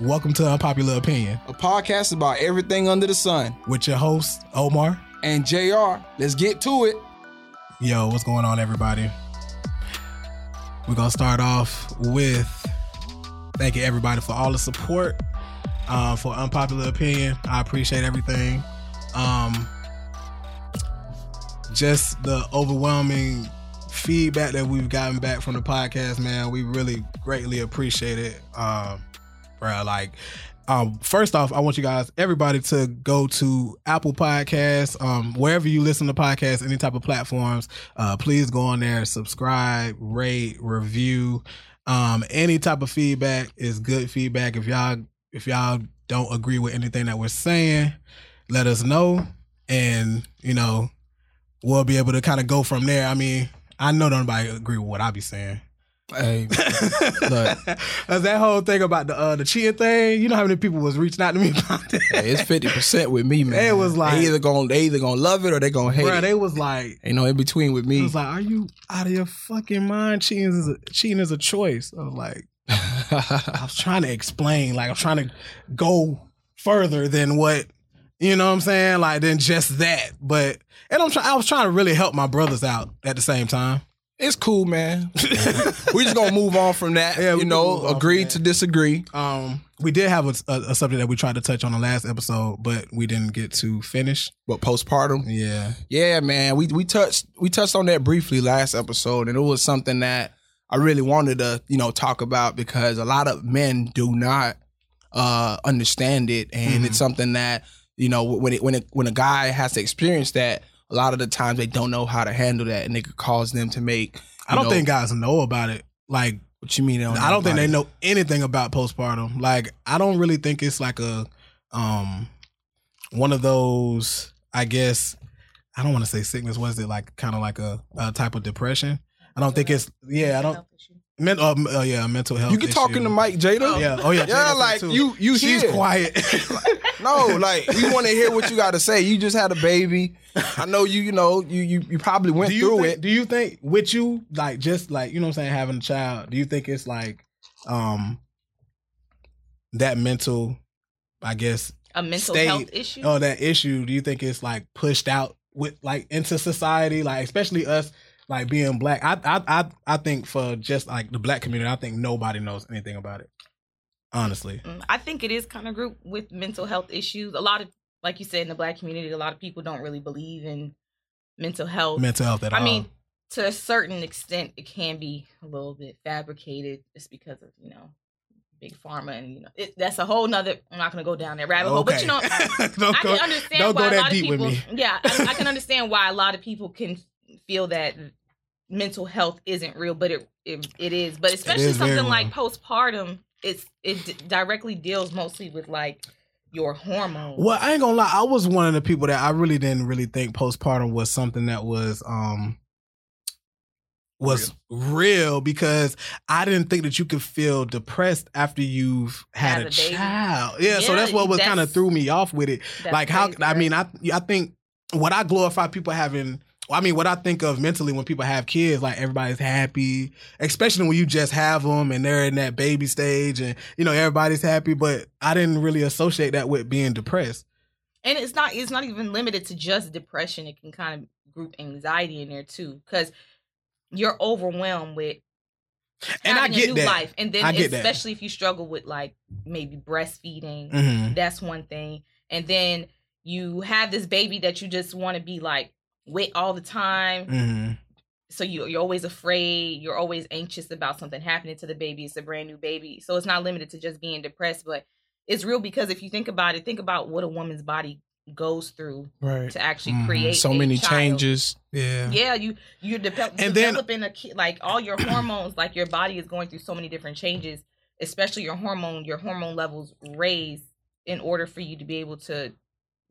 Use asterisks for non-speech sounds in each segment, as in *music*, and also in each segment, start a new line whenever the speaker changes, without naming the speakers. Welcome to Unpopular Opinion
a podcast about everything under the sun.
with your host, Omar.
And JR, let's get to it.
Yo, what's going on, everybody? We're gonna start off with thanking everybody for all the support uh, for unpopular opinion. I appreciate everything. Um, just the overwhelming feedback that we've gotten back from the podcast, man. We really greatly appreciate it, um, bro. Like. Um, first off, I want you guys, everybody, to go to Apple Podcasts, um, wherever you listen to podcasts, any type of platforms. Uh, please go on there, subscribe, rate, review. Um, any type of feedback is good feedback. If y'all if y'all don't agree with anything that we're saying, let us know, and you know we'll be able to kind of go from there. I mean, I know nobody agree with what I be saying. *laughs*
Hey,
Look, that whole thing about the uh, the cheating thing. You know how many people was reaching out to me *laughs* about that.
Hey, it's fifty percent with me, man.
It was like-
they either gonna they either gonna love it or they gonna hate
Bruh,
it.
they was like,
Ain't no in between with
it
me.
was like, are you out of your fucking mind? Cheating is a, cheating is a choice. I was like, I was trying to explain, like I'm trying to go further than what you know what I'm saying, like than just that. But and I'm trying, I was trying to really help my brothers out at the same time.
*laughs* it's cool, man. we just gonna move on from that.
*laughs* Yeah, we
you
can move
know,
on from
agree
that.
to disagree.
*laughs* Um, we did have a, a, a subject that we tried to touch on the last episode, but we didn't get to finish.
But postpartum,
Yeah,
Yeah, man. We we touched we touched on that briefly last episode, and it was something that I really wanted to you know talk about because a lot of men do not uh, understand it, and
Mhm.
it's something that you know when it, when it, when a guy has to experience that, a lot of the times they don't know how to handle that, and it could cause them to make. you
I don't
know,
think guys know about it. Like
what you mean. they don't
I don't think
about
they
it?
know anything about postpartum. Like I don't really think it's like a um one of those I guess I don't want to say sickness was it like kind of like a, a type of depression. I don't think it's yeah, I don't men, uh, m- uh, yeah, mental health.
You can talk in the
issue.
mic, Jada.
Yeah. Oh yeah.
Yeah,
Jada's
like
too.
you, you
She's
here. *laughs*
quiet.
No, like we want to hear what you got to say. You just had a baby. I know you. You know you. You, you probably went
do you
through
think,
it.
Do you think with you like just like you know what I'm saying having a child? Do you think it's like um that mental I guess
A mental
State. Oh.
health issue.
or that issue do you think it's like pushed out with like into society like especially us like being black I I I, I think for just like the black community I think nobody knows anything about it honestly
Mm, I think it is kind of grouped with mental health issues. A lot of, like you said, in the black community, a lot of people don't really believe in mental health.
mental health at
I
all
mean, to a certain extent, it can be a little bit fabricated just because of you know big pharma and you know it, that's a whole nother. I'm not gonna go down that rabbit hole, but you
*laughs*
know.
don't
I
go,
can understand
don't
why
go
a
that
lot
deep
of people,
with me
*laughs* Yeah, I,
*laughs*
I can understand why a lot of people can feel that mental health isn't real, but it it, it is. But especially
is very
something like
real.
postpartum, it's it d- directly deals mostly with like your hormones.
Well, I ain't gonna lie, I was one of the people that I really didn't really think postpartum was something that was um was real, because I didn't think that you could feel depressed after you've had,
Had
a,
a baby.
child. Yeah, so
Yeah,
that's what was
that's-
kind of threw me off with it.
That's
like how
crazy,
I
right?
mean, I I think what I glorify people having well, I mean, what I think of mentally when people have kids, like everybody's happy, especially when you just have them and they're in that baby stage and, you know, everybody's happy. But I didn't really associate that with being depressed.
and it's not it's not even limited to just depression it can kind of group anxiety in there too because you're overwhelmed with
And I
having
get
a new
that.
life and then
I get that.
especially if you struggle with like maybe breastfeeding
Mm-hmm.
that's one thing and then you have this baby that you just want to be like with all the time
Mm-hmm.
so you, you're always afraid you're always anxious about something happening to the baby it's a brand new baby so it's not limited to just being depressed but it's real because if you think about it think about what a woman's body goes through
Right.
to actually
Mhm.
create
Mm-hmm. so
a
many
child.
changes.
Yeah.
yeah you you're develop
And then-
developing a kid like all your hormones like your body is going through so many different changes especially your hormone your hormone levels raise in order for you to be able to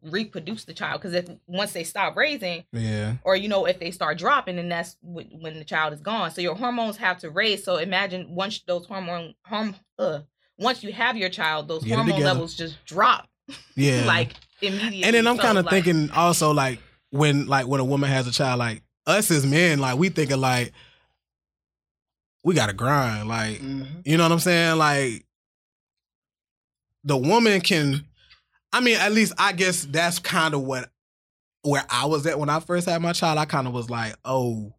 reproduce the child because if once they stop raising
Yeah.
or you know if they start dropping then that's wh- when the child is gone so your hormones have to raise so imagine once those hormone horm, uh, once you have your child those
Get it
hormone
together.
levels just drop
Yeah.
like immediately
and then I'm
So,
kind of
like,
thinking also like when like when a woman has a child, like us as men, like we thinking like we gotta grind, like you know what I'm saying, like the woman can I mean, at least I guess that's kind of what where I was at when I first had my child. I kind of was like, "Oh,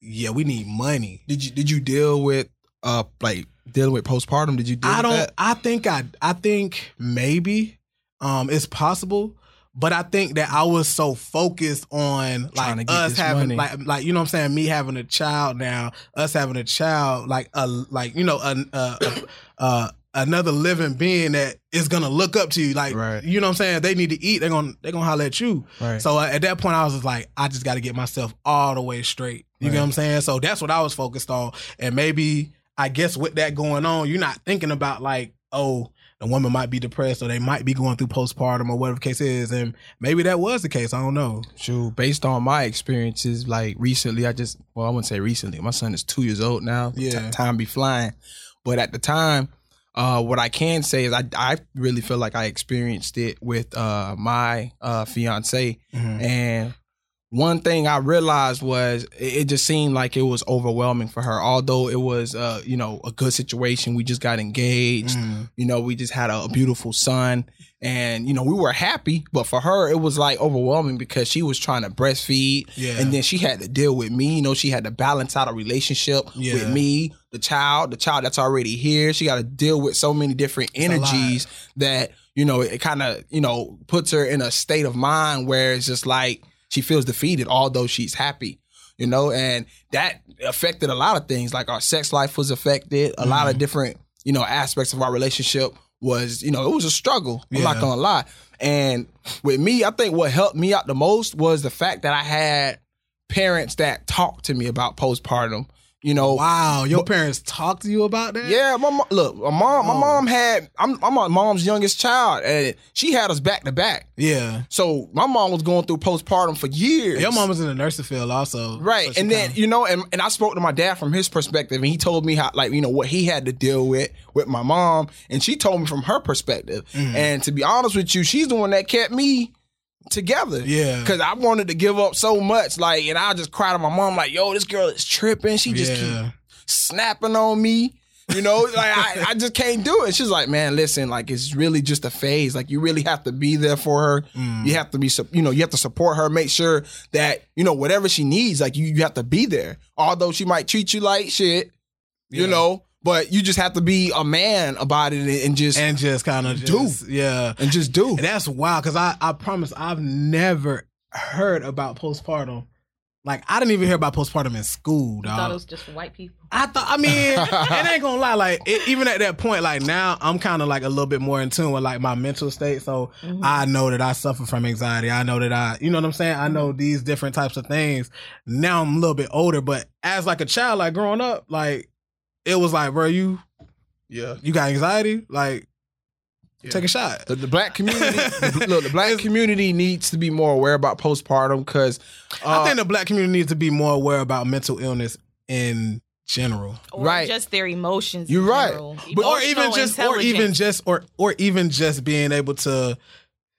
yeah, we need money."
Did you did you deal with uh like dealing with postpartum? Did you deal
I
with
don't.
that?
I think I. I think maybe, um, it's possible, but I think that I was so focused on
Trying to
like
get
us
this
having
money.
like like you know what I'm saying me having a child now, us having a child like a like you know an uh, uh another living being that is gonna look up to you like
Right.
you know what I'm saying they need to eat they're gonna they're gonna holler at you
Right.
so uh, at that point, I was just like, I just got to get myself all the way straight. You know
Right.
what I'm saying? So that's what I was focused on. And maybe I guess with that going on, you're not thinking about like, oh, the woman might be depressed or they might be going through postpartum or whatever the case is. And maybe that was the case. I don't know.
Shoot, based on my experiences, like recently, I just well, I wouldn't say recently. My son is two years old now.
Yeah.
T- time be flying, but at the time, uh, what I can say is I I really feel like I experienced it with uh my uh fiance, and one thing I realized was it, it just seemed like it was overwhelming for her. Although it was uh you know a good situation, we just got engaged.
Mm.
You know, we just had a, a beautiful son, and you know, we were happy. But for her, it was like overwhelming because she was trying to breastfeed,
Yeah.
and then she had to deal with me. You know, she had to balance out a relationship
Yeah.
with me, the child, the child that's already here. She got to deal with so many different
a lot.
energies that you know it kind of you know puts her in a state of mind where it's just like she feels defeated, although she's happy. You know, and that affected a lot of things. Like our sex life was affected. A lot of
Mm-hmm.
different you know aspects of our relationship was you know it was a struggle i'm
Yeah.
not gonna lie and with me i think what helped me out the most was the fact that i had parents that talked to me about postpartum you know
Wow. Your parents talked to you about that?
yeah, my mom, look, my mom, my
Oh.
mom had I'm I'm my mom's youngest child, and she had us back to back.
Yeah.
So my mom was going through postpartum for years.
Your mom was in the nursing field also.
Right.
So she
and then,
kinda-
you know, and, and I spoke to my dad from his perspective and he told me how like, you know, what he had to deal with with my mom. And she told me from her perspective.
Mm.
And to be honest with you, she's the one that kept me together.
Yeah.
Cause I wanted to give up so much. Like, and I just cried to my mom, like, yo, this girl is tripping. She just
Yeah.
keep snapping on me. You know, *laughs* like I, I just can't do it. She's like, man, listen, like it's really just a phase. Like you really have to be there for her.
Mm.
You have to be, sup- you know, you have to support her. Make sure that you know whatever she needs. Like you, you have to be there. Although she might treat you like shit, you
Yeah.
know, but you just have to be a man about it and, and just and,
and just kind of
Do.
just, yeah.
just do.
And that's wild because I, I promise I've never heard about postpartum. Like I didn't even hear about postpartum in school,
I thought it
dog.
was just for white people.
I thought I
*laughs*
mean, it ain't gonna lie. Like it, even at that point, like now I'm kind of like a little bit more in tune with like my mental state. So
Mm-hmm.
I know that I suffer from anxiety. I know that I, you know what I'm saying. I know
Mm-hmm.
these different types of things. Now I'm a little bit older, but as like a child, like growing up, like it was like, bro, you
yeah.
you got anxiety, like
Yeah.
take a shot.
The, the
*laughs*
black community, the, look, the black community needs to be more aware about postpartum uh, because
I think the black community needs to be more aware about mental illness in general,
Or
Right.
just their emotions.
You're
in
right.
general.
or even
Emotional
just, or even
intelligence.
just, or or even just being able to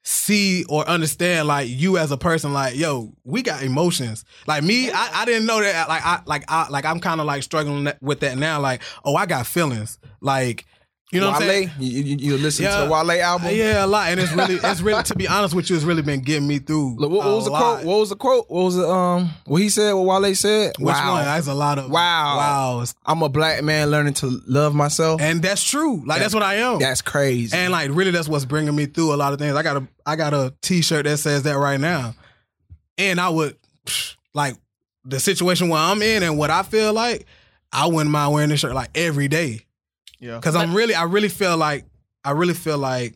see or understand like you as a person like yo we got emotions like me I, I didn't know that like i like i like i'm kind of like struggling that- with that now like oh i got feelings like you know what i'm
Wale,
saying
you, you, you listen
Yeah.
to the Wale album.
yeah a lot and it's really it's really to be honest with you it's really been getting me through
Look, what, what
a
was the
lot.
quote? What was the quote? What was the um? What he said? What Wale said?
which one that's a lot of
Wow.
wow
I'm a black man learning to love myself.
and that's true like that's what i am
That's crazy.
And like really that's what's bringing me through a lot of things. I got a I got a t-shirt that says that right now. And I would psh, like the situation where I'm in and what I feel like, I wouldn't mind wearing this shirt like every day.
Yeah.
Cause I'm really I really feel like I really feel like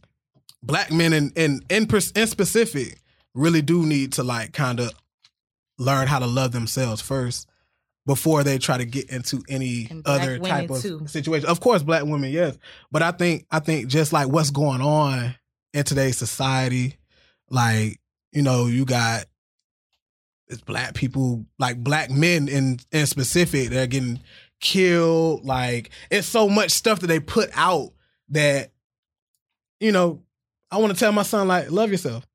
black men in in in, pers- in specific really do need to like kind of learn how to love themselves first before they try to get into any
And black
other
women
type of
too.
situation. Of course, black women, yes, but I think I think just like what's going on in today's society, like you know, you got it's black people, like black men in in specific, they're getting killed. Like it's so much stuff that they put out that you know. I want to tell my son like love yourself.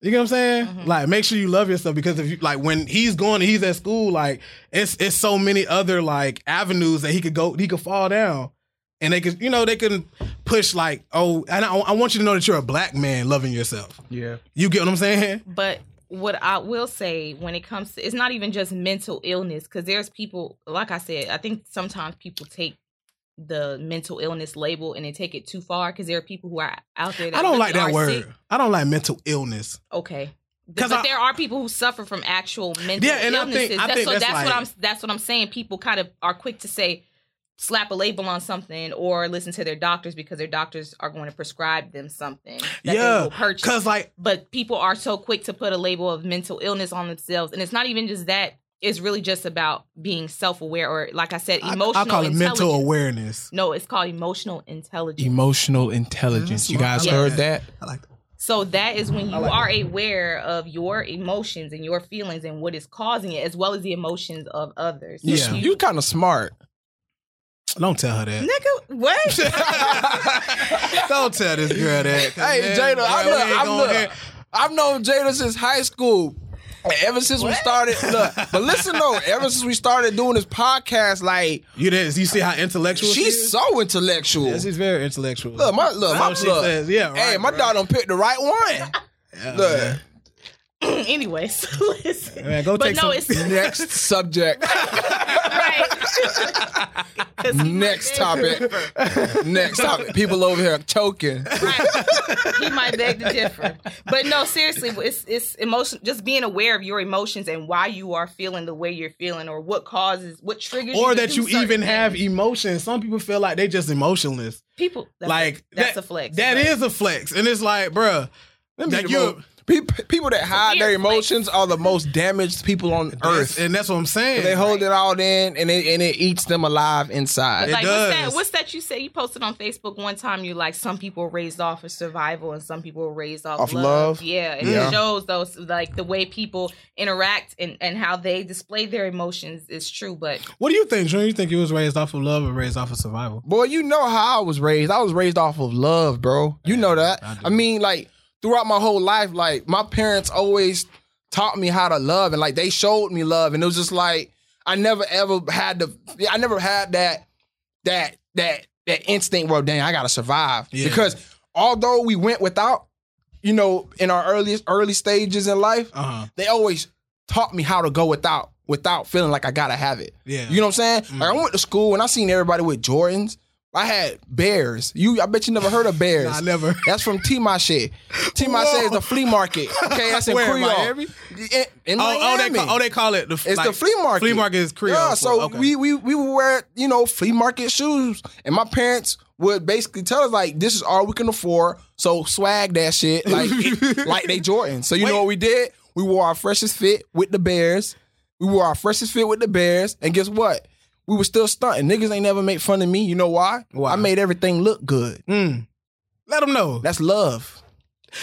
You get what I'm saying?
Mhm.
Like make sure you love yourself because if you like when he's going, he's at school. Like it's it's so many other like avenues that he could go, he could fall down. and they could you know they can push like oh and I, I want you to know that you're a black man loving yourself.
Yeah.
You get what I'm saying?
But what I will say when it comes to it's not even just mental illness because there's people like I said I think sometimes people take the mental illness label and they take it too far because there are people who are out there. That
I don't
really
like that
are
word.
sick.
I don't like mental illness.
Okay.
'Cause
Because but
I-
there are people who suffer from actual mental
Yeah, and I think-
illnesses.
I
that's,
think
so
that's
that's, what
like-
I'm that's what I'm saying. People kind of are quick to say slap a label on something or listen to their doctors because their doctors are going to prescribe them something that
Yeah,
they will purchase
Cause like
but people are so quick to put a label of mental illness on themselves and it's not even just that it's really just about being self-aware or like i said
I-
emotional
I, call it mental
intelligence.
awareness.
no it's called emotional intelligence
Emotional intelligence. You guys
Yeah.
heard that?
I like that.
so that is when you
I like
are aware of your emotions and your feelings and what is causing it as well as the emotions of others So
Yeah.
You kind of smart.
Don't tell her that.
*laughs* nigga what
*laughs* Don't tell this girl that. 'cause
Hey,
then,
Jada, I
girl, we
look-
ain't
I
gonna
look-
hear-
I've known Jada since high school. And Ever since we started, look,
*laughs*
but listen though, ever since we started doing this podcast, like
You didn't. You see how intellectual she
she's
is?
so intellectual.
Yeah, she's very intellectual.
Look, my look,
That's
my
what she
look.
says. Yeah,
hey,
right,
my
bro.
daughter done picked the
*laughs*
right one.
Yeah,
Look,
anyway so *laughs* listen
man. Man, go
but
take
no
some-
it's *laughs*
*laughs*
next subject,
right *laughs* 'Cause he might
next
be-
topic, next topic. People over here choking.
Right. he might beg to differ. But no, seriously, it's it's emotion. Just being aware of your emotions and why you are feeling the way you're feeling, or what causes, what triggers,
or
to
that
do
you
certain
even have
things.
emotions. Some people feel like they just emotionless.
people that's
like
a, that's
that-
a flex.
That is a flex, and it's like, bruh,
Them
That
be the
you-
most- pe- people that hide their
weird place.
emotions are the most damaged people on
Earth,
earth.
and that's what I'm saying.
They hold it all in, and it and it eats them alive inside.
Like
It
what's
does.
that? What's that you say? You posted on Facebook one time. You like some people are raised off of survival and some people are raised off,
Off
love.
love?
Yeah, and
Yeah.
it shows those like the way people interact and and how they display their emotions is true. But
What do you think, Drew? You think you was raised off of love or raised off of survival?
Boy, you know how I was raised. I was raised off of love, bro. You know that.
I do.
I, mean, like throughout my whole life, like my parents always taught me how to love, and like they showed me love, and it was just like I never ever had the, I never had that, that, that, that instinct. Well, dang, I gotta survive
Yeah.
because although we went without, you know, in our earliest early stages in life,
Uh huh.
they always taught me how to go without without feeling like I gotta have it.
Yeah.
You know what I'm saying? Like I
Mhm.
went to school and I seen everybody with Jordans. I had bears. You, I bet you
*laughs*
never heard of bears.
Nah, I never.
That's from T Mache. T
Whoa.
Mache is the flea market. Okay, that's in
Where,
Creole.
Miami?
In, in
Oh, oh, they
Miami.
call, oh, they call it the
It's the flea market.
Flea market is Creole.
Yeah, so
okay.
we we we would wear you know flea market shoes, and my parents would basically tell us like, "This is all we can afford." So swag that
*laughs*
shit like like they Jordan. So you
Wait.
know what we did? We wore our freshest fit with the Bears. We wore our freshest fit with the Bears, and guess what? We were still stunting. Niggas ain't never made fun of me. You know why?
Why?
I made everything look good.
Mm. Let them know.
That's love.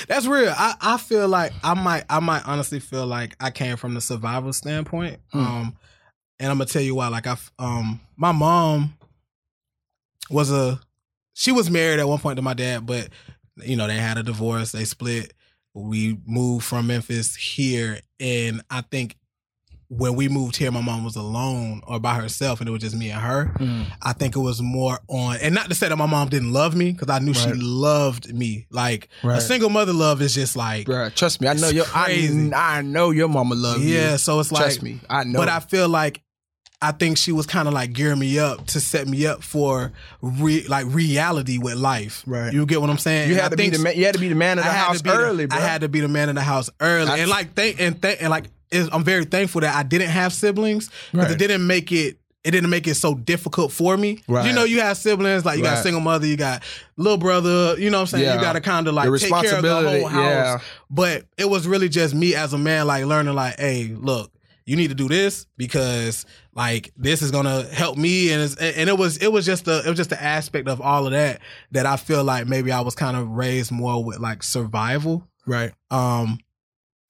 That's real. I, I feel like I might I might honestly feel like I came from the survival standpoint. Um and I'm gonna tell you why. Like I f- um my mom was a she was married at one point to my dad, but you know, they had a divorce, they split. We moved from Memphis here and I think when we moved here, my mom was alone or by herself, and it was just me and her. I think it was more on, and not to say that my mom didn't love me, because I knew she
Right.
loved me. Like a
Right.
single mother love is just like,
Bruh, trust me. I know
It's
your
crazy.
I, I know your mama love you.
yeah. So it's like,
trust me. I know.
but I feel like I think she was kind of like gearing me up to set me up for re- like reality with life.
Right.
You get what I'm saying?
You
And
had
I
to be
think
the man. You had to be the man of the
I had to
house
be the-
early, bro.
I had to be the man in the house early,
I-
and like thank and thank and like is- I'm very thankful that I didn't have siblings because it
Right.
didn't make it. It didn't make it so difficult for me. You
Right.
know, you have siblings, like you got a
Right.
single mother, you got little brother, you know what I'm saying? You
Yeah.
gotta kinda like
The
take care of the whole
responsibility,
house.
yeah.
But it was really just me as a man, like learning like, hey, look, you need to do this because like this is gonna help me and it's, and it was it was just the it was just the aspect of all of that that I feel like maybe I was kind of raised more with like survival.
right.
Um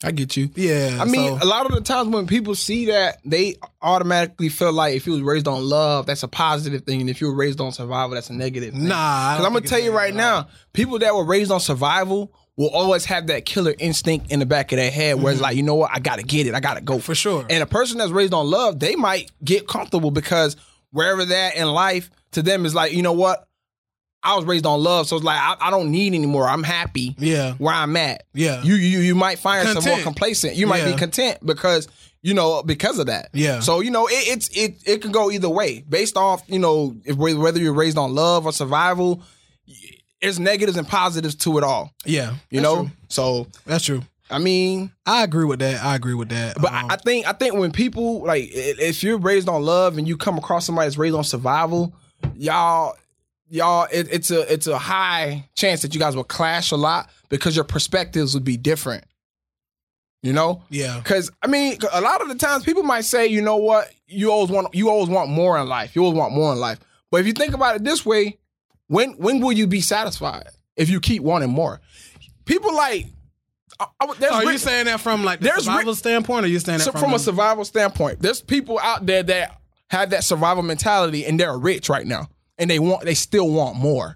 I get you.
yeah.
I
so-
mean, a lot of the times when people see that, they automatically feel like if you was raised on love, that's a positive thing, and if you were raised on survival, that's a negative. Thing.
nah. I
Because
don't
I'm gonna
think
tell
it's
you
that
right
at all.
now, people that were raised on survival will always have that killer instinct in the back of their head, where it's
Mm-hmm.
like, you know what, I gotta get it, I gotta go
For sure.
And a person that's raised on love, they might get comfortable because wherever they're at in life, to them is like, you know what, I was raised on love, so it's like I, I don't need anymore. I'm happy
Yeah.
where I'm at.
Yeah.
You you you might find some more
Content.
complacent. You might be
Yeah.
content because you know because of that.
Yeah.
So you know it, it's it it can go either way based off you know if, whether you're raised on love or survival. There's negatives and positives to it all.
yeah.
You
That's
know.
true.
So
That's true.
I mean,
I agree with that. I agree with that.
but
Um,
I, I think I think when people like i- if you're raised on love and you come across somebody that's raised on survival, y'all y'all it, it's a it's a high chance that you guys will clash a lot because your perspectives would be different. You know?
yeah.
Cuz I mean a lot of the times people might say, you know what? You always want you always want more in life. You always want more in life. But if you think about it this way, when when will you be satisfied if you keep wanting more? People like I, I, there's
So are
re-
Oh, you saying that from like the
There's
survival
re-
standpoint, or you saying that
so
from,
from
the-
a survival standpoint, there's people out there that have that survival mentality and they're rich right now, and they want they still want more.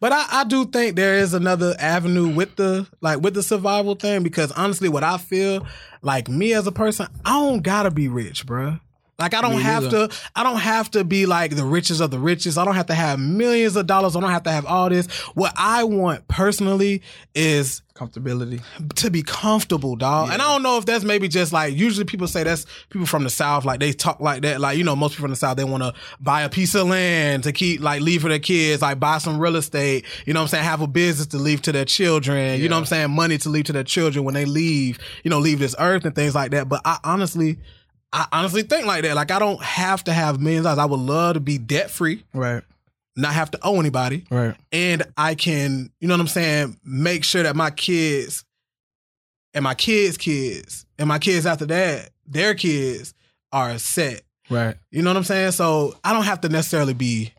But I, I do think there is another avenue with the like with the survival thing because honestly, what I feel like me as a person, I don't gotta be rich, bruh. Like I don't have to. I don't have to be like the richest of the richest. I don't have to have millions of dollars. I don't have to have all this. What I want personally is
Comfortability.
to be comfortable, dog. And I don't know if that's maybe just like usually people say that's people from the south, like they talk like that. Like you know, most people from the south they want to buy a piece of land to keep like leave for their kids, like buy some real estate. You know what I'm saying? Have a business to leave to their children. You know what I'm saying? Money to leave to their children when they leave. You know, leave this earth and things like that. But I honestly. I honestly think like that. Like I don't have to have millions of dollars. I would love to be debt free,
Right.
not have to owe anybody
Right.
and I can, you know what I'm saying, make sure that my kids and my kids' kids and my kids after that, their kids are set.
Right.
You know what I'm saying? So I don't have to necessarily be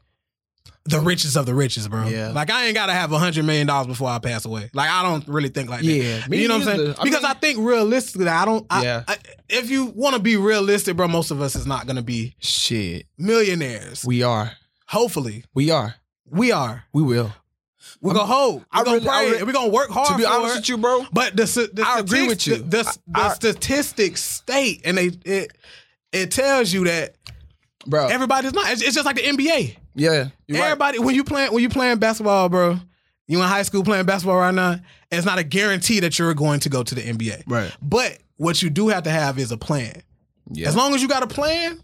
the richest of the richest, bro.
Yeah.
Like I ain't gotta have a hundred million dollars before I pass away. Like I don't really think like that.
Yeah, me
you know what I'm
neither.
saying?
I
because
mean-
I think realistically, I don't. I,
Yeah.
I, if you want to be realistic, bro, most of us is not gonna be
Shit.
millionaires.
We are.
Hopefully,
We are.
we are.
We will.
We're gonna hold.
I
We're gonna
really- I
pray.
re-
and we're gonna work hard.
to be
for
honest
it.
with you, bro.
but the, s- the
I agree
statistics-
with you.
The, the,
I-
the
I-
statistics state, and they it it tells you that
Bro.
everybody's not. It's, it's just like the NBA.
yeah. you right.
Everybody when you playing when you playing basketball, bro. You in high school playing basketball right now. It's not a guarantee that you're going to go to the NBA.
Right.
But what you do have to have is a plan.
Yeah.
As long as you got a plan,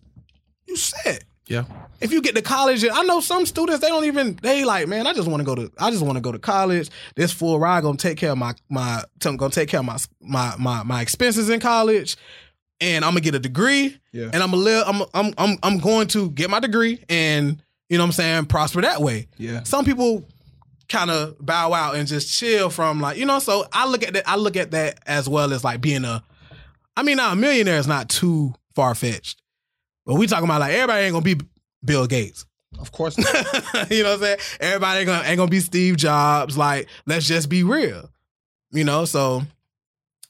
you set.
Yeah.
If you get to college, I know some students they don't even they like, man, I just want to go to I just want to go to college. This full ride gonna take care of my my gonna take care of my my my my expenses in college, and I'm gonna get a degree.
Yeah.
And I'm gonna live. I'm I'm I'm I'm going to get my degree, and you know what I'm saying prosper that way.
Yeah.
Some people kind of bow out and just chill from like you know. So I look at that. I look at that as well as like being a. I mean, now a millionaire is not too far fetched, but we talking about like everybody ain't gonna be Bill Gates.
Of *laughs* course.
*laughs*
not.
you know what I'm saying? Everybody ain't gonna, ain't gonna be Steve Jobs. Like, let's just be real. You know, so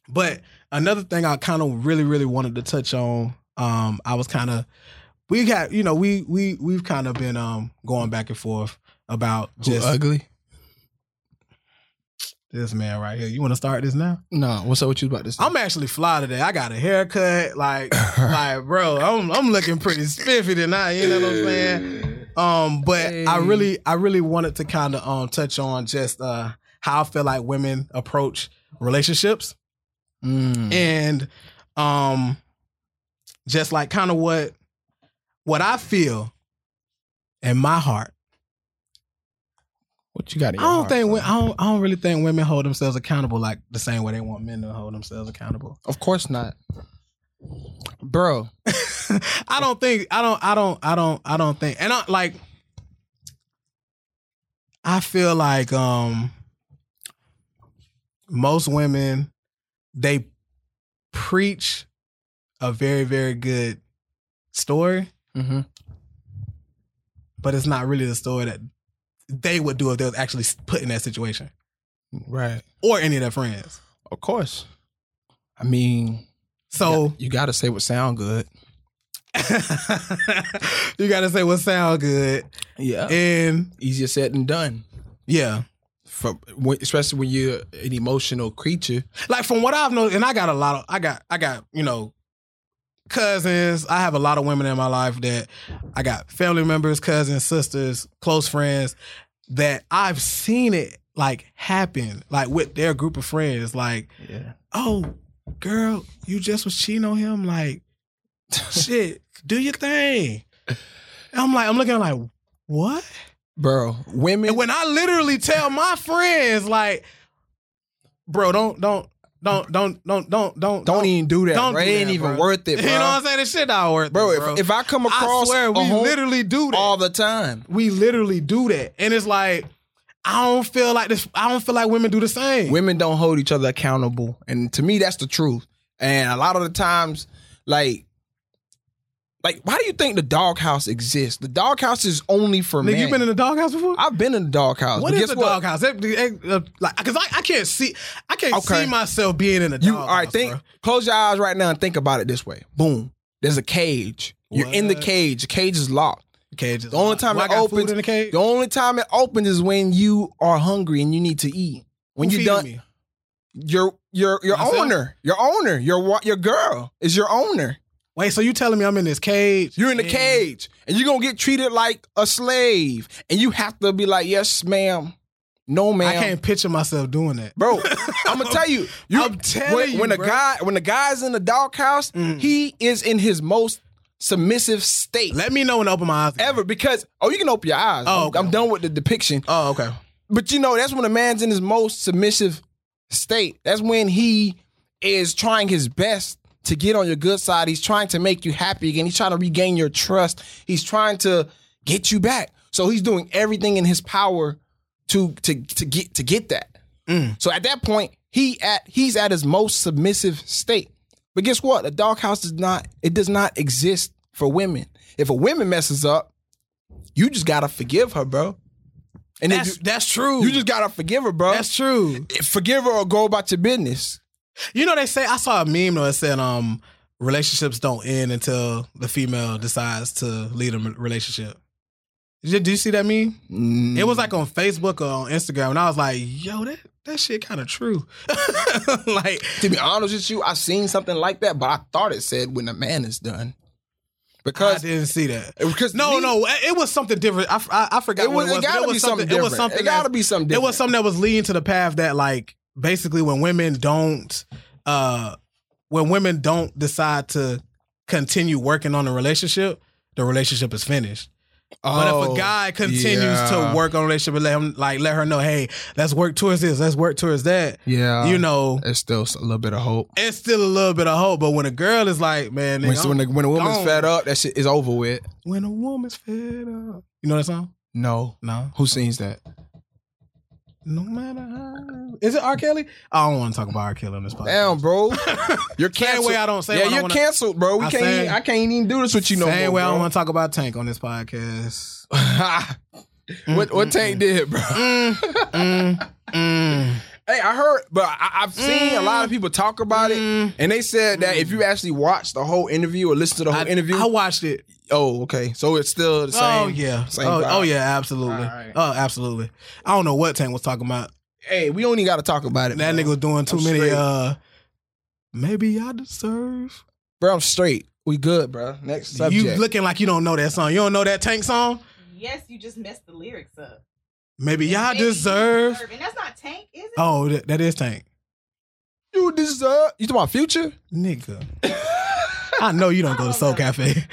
but another thing I kind of really, really wanted to touch on, um, I was kind of we got, you know, we we we've kind of been um going back and forth about
Who uh,
just
ugly?
this man right here. You wanna start this now?
No. What's up with you about this?
I'm actually fly today. I got a haircut, like
*laughs*
like bro, I'm I'm looking pretty spiffy tonight, you know what I'm saying? Um, but I
Hey.
really, I really wanted to kind of um touch on just uh how I feel like women approach relationships
Mm.
and um just like kind of what what I feel in my heart.
What you got? in
I
your
don't
heart,
think
bro?
wo- I don't I don't really think women hold themselves accountable like the same way they want men to hold themselves accountable.
Of course not, bro.
*laughs* I don't think I don't I don't I don't I don't think and I like I feel like um most women they preach a very very good story
Mm-hmm.
but it's not really the story that they would do if they was actually put in that situation
Right.
or any of their friends.
Of course. I mean,
So
you got to say what sound good.
*laughs* you got to say what sound good
Yeah.
and
Easier said than done.
yeah.
From when, especially when you're an emotional creature.
like from what I've known, and I got a lot of, I got, I got, you know, cousins. I have a lot of women in my life that I got family members, cousins, sisters, close friends. that I've seen it like happen, like with their group of friends. Like,
Yeah.
oh, girl, you just was cheating on him. Like, shit, do your thing. And I'm like, I'm looking like, what?
Bro, women
And when I literally tell my friends, like, bro, don't, don't, don't, don't, don't, don't, don't,
don't even do that.
don't
bro.
do
it ain't
that,
even
bro.
worth it,
*laughs* You
bro.
know what I'm saying? This shit not worth
bro,
it, bro.
If, if I come
I
across
swear,
a
we
home
literally do that.
all the time.
we literally do that, and it's like, I don't feel like this. I don't feel like women do the same.
Women don't hold each other accountable, and to me, that's the truth. And a lot of the times, like, like, why do you think the doghouse exists? The doghouse is only for
Nigga,
men.
you been in the doghouse before?
I've been in the doghouse.
What
but
is
guess
a
what?
doghouse? That- that- uh, Like, cause I, I can't see, I can't
Okay.
see myself being in a doghouse.
You all right? Think.
bro.
Close your eyes right now and think about it this way. Boom. There's a cage. You're in the
What?
cage. The cage is locked.
Cage is
The only
locked.
time
Well,
it
I got food
opens-
in the cage.
The only time it opens is when you are hungry and you need to eat. When
Who
you're
feeding
done,
me?
your your your
Myself?
owner, your owner, your wa- your girl is your owner.
Wait, so you telling me I'm in this cage?
You're in the
and-
cage and you're gonna get treated like a slave, and you have to be like, yes, ma'am, no, ma'am.
I can't picture myself doing that. *laughs*
Bro, I'm gonna tell you, you
I'm telling
when,
you,
when a
bro.
guy when a guy's in the doghouse,
Mm.
he is in his most submissive state
Let me know when I open my eyes. again.
ever because oh, you can open your eyes.
Oh,
I'm-
okay.
I'm done with the depiction.
Oh, okay.
But you know, that's when a man's in his most submissive state. That's when he is trying his best to get on your good side. He's trying to make you happy again. He's trying to regain your trust. He's trying to get you back. So he's doing everything in his power to to to get to get that.
Mm.
So at that point, he at he's at his most submissive state. But guess what? A doghouse does not it does not exist for women. If a woman messes up, you just gotta forgive her, bro. And if you-
That's that's true.
you just gotta forgive her, bro.
that's true.
forgive her or go about your business.
You know they say I saw a meme though that said um relationships don't end until the female decides to lead a m- relationship. Did you, did you see that meme? It was like on Facebook or on Instagram, and I was like, "Yo, that that shit kind of true." *laughs* like,
to be honest with you, I seen something like that, but I thought it said when a man is done.
I
Because
didn't see that.
because to
No,
me, *laughs*
no, it it was something different. I, f- I- I forgot.
It
what
was,
it,
it
was, but
gotta
it was
be something,
It
different.
was something.
It gotta
that-
be something
It
different.
was something that was leading to the path that, like, basically, when women don't, uh, when women don't decide to continue working on a relationship, the relationship is finished. but if
Oh,
a guy continues
yeah.
to work on a relationship, and let him like let her know, hey, let's work towards this, let's work towards that.
Yeah.
you know,
It's still a little bit of hope.
it's still a little bit of hope. But when a girl is like, man, nigga,
When, when,
I'm-
a, when a woman's
gone.
fed up, that shit is over with.
when a woman's fed up, you know that song?
No.
No.
Who sings that?
No matter how. Is it R. Kelly? I don't want to talk about R. Kelly on this
Damn,
podcast. *laughs*
bro. You're
Same
canceled.
way I don't say
yeah,
what I
you're
wanna-
canceled, bro. We
I
can't.
say-
even, I can't even do this with you no
Same
more.
way I
bro.
don't want to talk about Tank on this podcast.
*laughs* what what Tank did, bro? *laughs*
Mm, mm, mm,
Hey, I heard, but I, I've seen a lot of people talk about
mm.
it, and they said that if you actually watch the whole interview or listen to the whole
I,
interview,
I watched it.
oh, okay, so it's still the same.
oh yeah.
same
oh,
vibe.
oh, yeah. Absolutely.
Alright.
Oh absolutely. I don't know what Tank was talking about.
Hey, we only got to talk about it.
That
bro.
nigga was doing too
I'm
many.
straight.
uh Maybe I deserve.
bro, I'm straight. We good, bro. Next subject.
You looking like you don't know that song. You don't know that Tank song.
Yes, you just messed the lyrics up.
Maybe y'all
Maybe you
deserve.
And that's not Tank, is it?
Oh, that, that is Tank.
you deserve. You talking about future? *laughs*
Nigga. I know you don't go to Soul Cafe.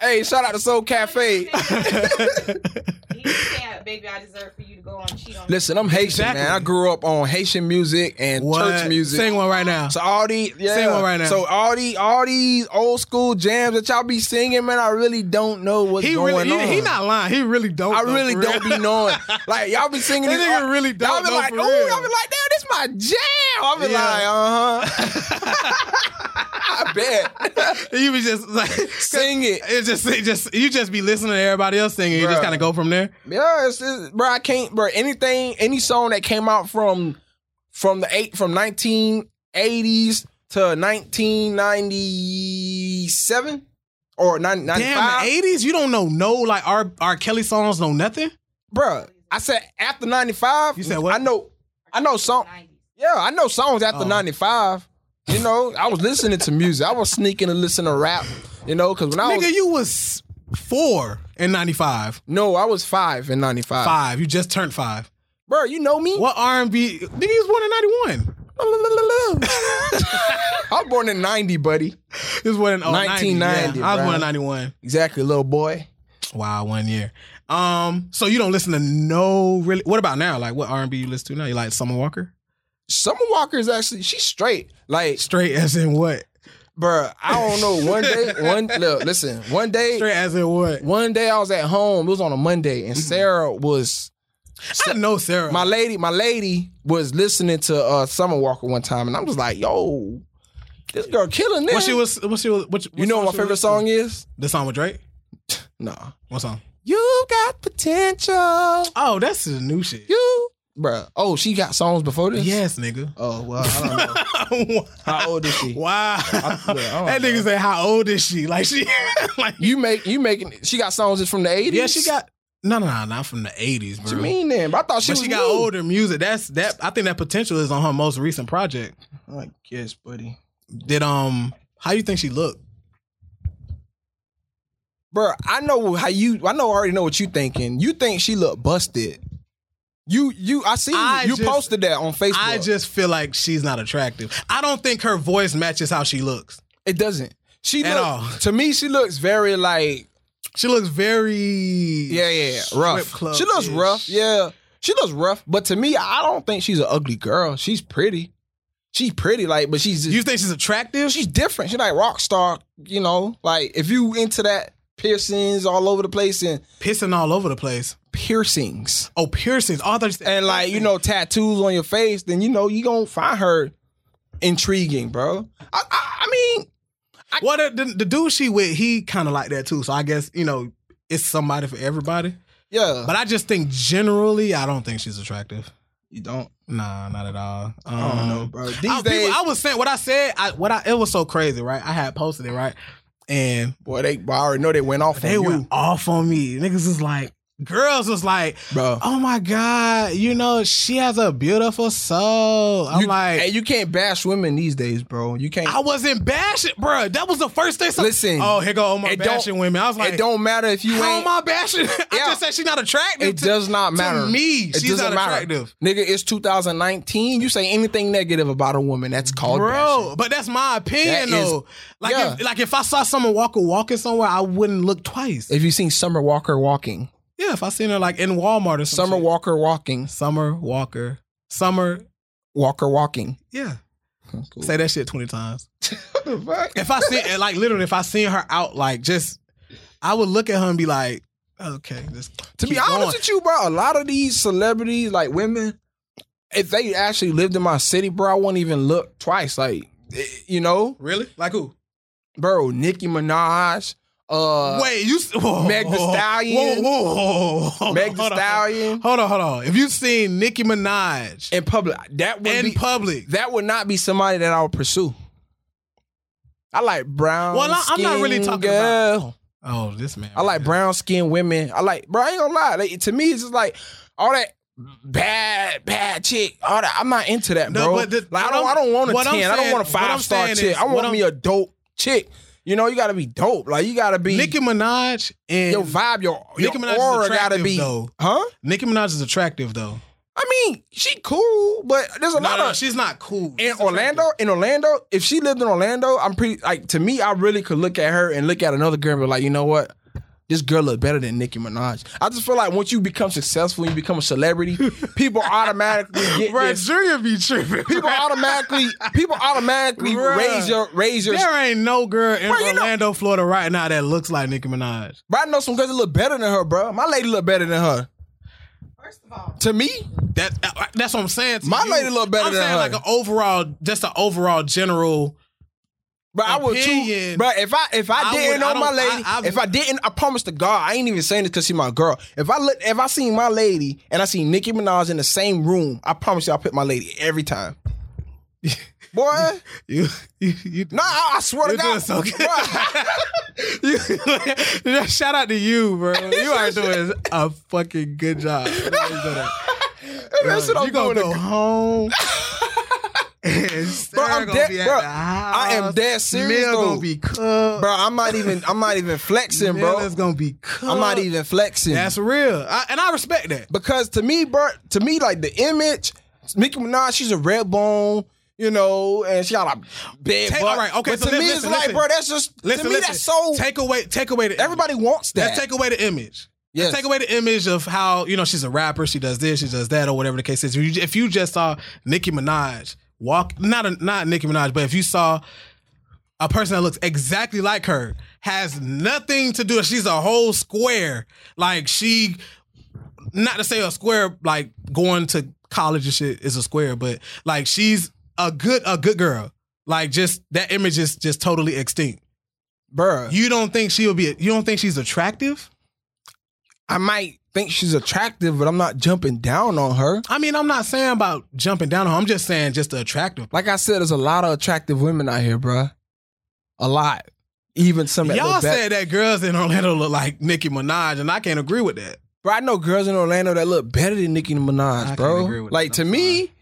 Hey, shout out to
*laughs*
Soul Cafe.
He was saying, baby, I deserve for you to go on cheat on me."
Listen, I'm Haitian,
Exactly.
man. I grew up on Haitian music and
What?
church music.
Sing one right now.
So all these, yeah.
Sing one right now.
So all these, all these old school jams that y'all be singing, man. I really don't know what's
He
going
really,
on.
he, he not lying. He really don't.
I
though,
really
for *laughs*
don't
real.
be knowing. Like y'all be singing.
That
these-
nigga really
Y'all
don't
be
know
like,
for
ooh.
real.
Y'all be like, damn, this my jam. I be
Yeah.
like, uh
*laughs*
huh. I bet.
You was just like *laughs*
Sing it.
It's just, it just you just be listening to everybody else singing. You just
Bruh.
kind of go from there.
Yeah, it's, it's, bro. I can't, bro. Anything, any song that came out from from the eight from nineteen eighties to nineteen ninety seven or nine ninety
Damn, the
five,
eighties. You don't know no like R. R. Kelly songs. No nothing.
bro. I said after ninety five.
You said what?
I know. I know song.
90s.
Yeah, I know songs after
Oh.
ninety five. You know, I was listening to music. I was sneaking to listen to rap. You know, because when I was
Nigga, you was four. in 95.
No, I was five in '95.
Five. You just turned five.
Bro, you know *laughs* me.
What R&B? Nigga, he was born in 91.
I was born in '90, buddy.
He was born in oh, 90.
1990,
Yeah, I was born in
bruh.
91.
Exactly, little boy.
Wow, one year. Um, so you don't listen to no really. What about now? Like, what R&B you listen to now? You like Summer Walker?
Summer Walker is actually she's straight. Like,
Straight as in what?
bruh, I don't know.
*laughs*
One day, one look, listen. One day,
Straight Mm-hmm. as in what?
one day I was at home. It was on a Monday, and Sarah was
I know Sarah.
my lady. My lady was listening to uh, Summer Walker one time, and I'm just like, yo, this girl killing this.
what she was? What she was? What,
you know what my favorite song is?
The song with Drake.
Nah.
What song?
You got potential.
Oh, that's the new shit.
You, bruh. Oh, she got songs before this.
Yes, nigga.
Oh well, I
*laughs*
don't know. How old is she?
wow.
don't know.
that nigga said, "How old is she?" Like she, *laughs* like
You make you making. She got songs just from the eighties.
yeah, she got no, no, no, not from the eighties, bro.
What you mean then? But I thought she
but
was
she got
new.
older music. That's that. I think that potential is on her most recent project.
I guess, buddy.
Did um, how you think she looked?
Bro, I know how you. I know. I already know what you thinking. You think she look busted. You you. I seen
I
you. You
just-
posted that on Facebook.
I just feel like she's not attractive. I don't think her voice matches how she looks.
it doesn't. She
At
look-
all.
to me. She looks very like
She looks very yeah,
yeah yeah
Strip club
rough. She looks
ish.
rough. Yeah, she looks rough. But to me, I don't think she's an ugly girl. She's pretty. She's pretty. Like, but she's just,
You think she's attractive?
she's different. She's like rock star, you know. Like if you into that piercings all over the place and
pissing all over the place.
piercings
Oh, piercings. Oh, I thought you said
and like you know tattoos on your face, then you know you gonna find her intriguing, bro. I, I, I mean,
What well, the, the, the dude she with? He kind of like that too. So I guess you know it's somebody for everybody.
yeah,
But I just think generally, I don't think she's attractive.
you don't.
Nah, not at all. Um,
I don't know, bro. These
I, people-
days,
I was saying what I said. I, what I it was so crazy, right? I had posted it, right? And
boy, they I already know they went off
they
on
went
you,
off on me. Niggas was like, girls was like,
bro.
oh my god, you know she has a beautiful soul. I'm
you,
like,
hey, you can't bash women these days, bro. You can't.
I wasn't bashing, bruh. That was the first thing. some-
Listen.
oh here go all my
It don't-
bashing women. I was like,
it don't matter if you
how
ain't.
am I bashing? *laughs* I
Yeah.
just said she's not attractive.
It
to-
does not
to
matter
me,
It
she's not
doesn't matter.
attractive.
nigga. It's 2019. You say anything negative about a woman, that's called
Bro,
bashing.
but that's my opinion
That is-
though. like,
yeah.
if, like if I saw someone walk walking somewhere, I wouldn't look twice.
If you seen Summer Walker walking,
yeah, if I seen her like in Walmart or some
Summer
shit.
Walker walking,
Summer Walker, Summer,
Walker walking.
yeah,
Cool.
say that shit twenty times.
What the fuck?
If I see, like literally, if I seen her out, like just, I would look at her and be like, okay, just
To be
keep
honest
going.
with you, bro, a lot of these celebrities, like women, if they actually lived in my city, bro, I wouldn't even look twice. Like, eh, you know,
really, like who?
bro, Nicki Minaj, uh,
Wait, you s- whoa,
Meg Thee
whoa, Whoa,
Stallion.
whoa, whoa, whoa, whoa. Hold
Meg Thee
on,
Stallion,
Hold on, hold on. If you've seen Nicki Minaj
in public, that would
in
be
public,
that would not be somebody that I would pursue. I like brown.
Well, I- I'm not really
skin
talking
girl.
about- oh, this man,
I like
man.
brown skinned women. I like, bro, I ain't gonna lie. Like, to me, it's just like all that bad, bad chick. All that. I'm not into that,
No,
bro.
but the-
like, I
what I'm-
don't, I don't want a
what I'm
10. I don't
saying-
want a
what I'm
five star
saying
chick.
is-
I
what
want
I'm-
me a dope chick. You know, you gotta be dope. Like, you gotta be
Nicki Minaj and
your vibe, your, your
Nicki Minaj is
aura gotta
attractive,
be.
though.
Huh?
Nicki Minaj is attractive though.
I mean, she cool, but there's a
No,
lot
no,
of
she's not cool.
in
She's
Orlando, in Orlando, if she lived in Orlando, I'm pretty like to me, I really could look at her and look at another girl and be like, you know what? This girl look better than Nicki Minaj. I just feel like once you become successful, you become
*laughs*
a celebrity, people automatically get
Bruh,
this.
Junior be tripping.
People
bruh.
automatically, people automatically
Bruh.
raise your raise your.
There ain't no girl in
Bruh, you know-
Orlando, Florida right now that looks like Nicki Minaj.
But I know some girls that look better than her, bro. My lady look better than her.
First of all,
To me,
That uh, that's what I'm saying. to
My
you.
lady look better
I'm
than
saying
her.
like an overall, just an overall general.
but I would choose.
Opinion.
But if I if I,
I
didn't
would-
know
I
my
don't-
lady,
I- I-
if I didn't, I promise to God, I ain't even saying this because she's my girl. If I look, if I seen my lady and I see Nicki Minaj in the same room, I promise you, I'll pick my lady every
*laughs*
time. Boy,
You, you, you
*laughs* no, I, I swear
You're
to God.
doing so good.
*laughs* Bruh,
You- *laughs* shout out to you,
*laughs*
bro. You are doing a fucking
*laughs*
good job. You uh,
that shit I'm
gonna
*laughs* doing
go home And Sarah
I'm
gonna
dead-
be at
bro,
the
I am
house.
dead serious
Meal
though,
gonna be cooked.
bro. I'm not even. I'm not even flexing,
Meal
bro.
is gonna be cooked.
I'm not even flexing.
That's real, I, and I respect that.
Because to me, bro, to me, like the image, Nicki Minaj, she's a red bone, you know, and she got a big
Take-
butt.
all right, okay,
But
so
to
li-
me,
listen,
it's like,
listen.
bro, that's just
Listen,
to me,
listen.
that's so.
take away, take away the
everybody wants that.
Let's take away the image.
Yes.
Let's take away the image of how you know she's a rapper. She does this, she does that, or whatever the case is. If you, if you just saw Nicki Minaj walk, not a, not Nicki Minaj, but if you saw a person that looks exactly like her, has nothing to do. She's a whole square. Like she, not to say a square like going to college and shit is a square, but like she's a good a good girl. Like just that image is just totally extinct.
bro.
You don't think she'll be? You don't think she's attractive?
I might think she's attractive, but I'm not jumping down on her.
I mean, I'm not saying about jumping down on her. I'm just saying just the attractive.
Like I said, there's a lot of attractive women out here, bro. A lot. Even some that
Y'all
look bad-
said that girls in Orlando look like Nicki Minaj, and I can't agree with that.
Bro, I know girls in Orlando that look better than Nicki Minaj,
can't
bro.
agree with
like
that.
to
I'm
me,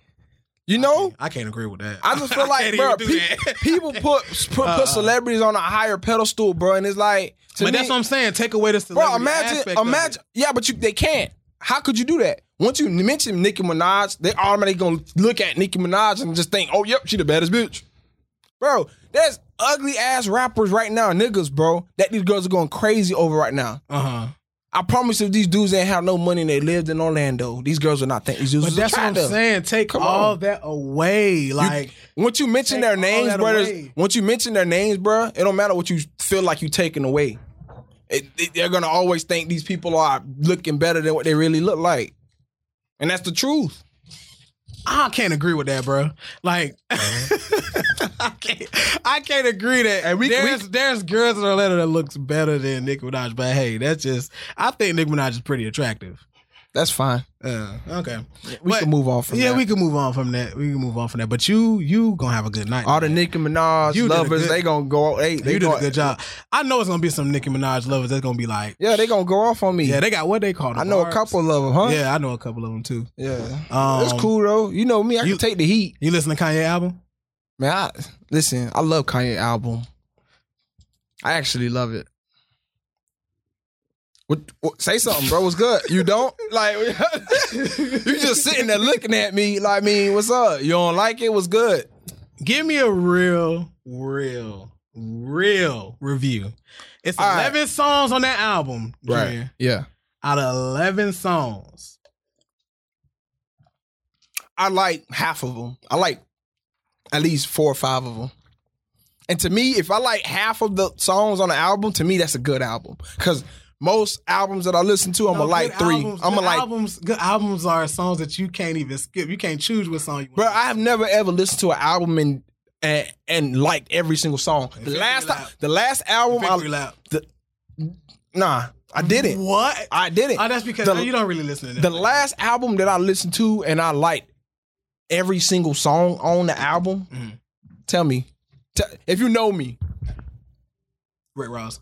you know,
I can't agree with that.
I just
*laughs*
feel like,
can't
bro,
even do
pe-
that. *laughs*
*laughs*
Uh-uh.
people put put, put celebrities on a higher pedestal, bro, and it's like, to
but
me,
that's what I'm saying. Take away the
bro.
celebrity
Imagine,
aspect of
imagine,
it.
yeah, but you they can't. How could you do that? Once you mention Nicki Minaj, they automatically gonna look at Nicki Minaj and just think, oh, yep, she the baddest bitch, bro. There's ugly ass rappers right now, niggas, bro, that these girls are going crazy over right now.
Uh-huh.
I promise if these dudes ain't have no money and they lived in Orlando, these girls would not think these dudes
But
was
that's what I'm
attractive.
saying. Take
Come
all
on.
that away. Like
Once you mention
Take
their
all
names,
that
brothers,
away.
once you mention their names, bruh, it don't matter what you feel like you taking away. It- it- they're gonna always think these people are looking better than what they really look like, and that's the truth.
I can't agree with that, bro. Like, *laughs* I can't, I can't agree that.
And Uh-huh. we-
there's there's girls in Orlando that looks better than Nicki Minaj, but hey, that's just. I think Nicki Minaj is pretty attractive.
That's fine.
Uh, okay,
We
But-
can move on from
yeah,
that.
we can move on from that. We can move on from that. But you, you gonna have a good night.
all the Nicki Minaj
You did a
lovers,
good-
they gonna go. They,
you
they
did
gonna,
a good job. I know it's gonna be some Nicki Minaj lovers that's gonna be like,
Yeah, they gonna go off on me.
yeah, they got what they call. them,
I know a
barbs.
couple of them, huh?
Yeah, I know a couple of them too.
yeah.
Um,
it's cool though. You know me, I
you-
can take the heat.
You listen to Kanye
*laughs*
album?
Man, I listen, I love Kanye album. I actually love it. What, what- say something, bro. What's good? You don't like *laughs* you just sitting there looking at me. Like, I mean, what's up? You don't like it? What's good?
Give me a real, real, real review. It's
All right.
eleven songs on that album, Junior.
Yeah.
Out of eleven songs,
I like half of them. I like at least four or five of them. And to me, if I like half of the songs on the album, to me that's a good album. Cause most albums that I listen to, I'm
No,
gonna like
good
three.
albums-
I'm
good
gonna like
albums. Good albums are songs that you can't even skip. You can't choose what song you want.
Bro, I have never ever listened to an album and and, and liked every single song. The
Victory
last
Lap.
time, the last album,
Victory
I,
lap.
nah, I didn't.
What?
I didn't.
Oh, that's because
The-
no, you don't really listen to that.
the last album that I listened to and I liked every single song on the album.
Mhm.
Tell me, Te- if you know me,
Rick Ross,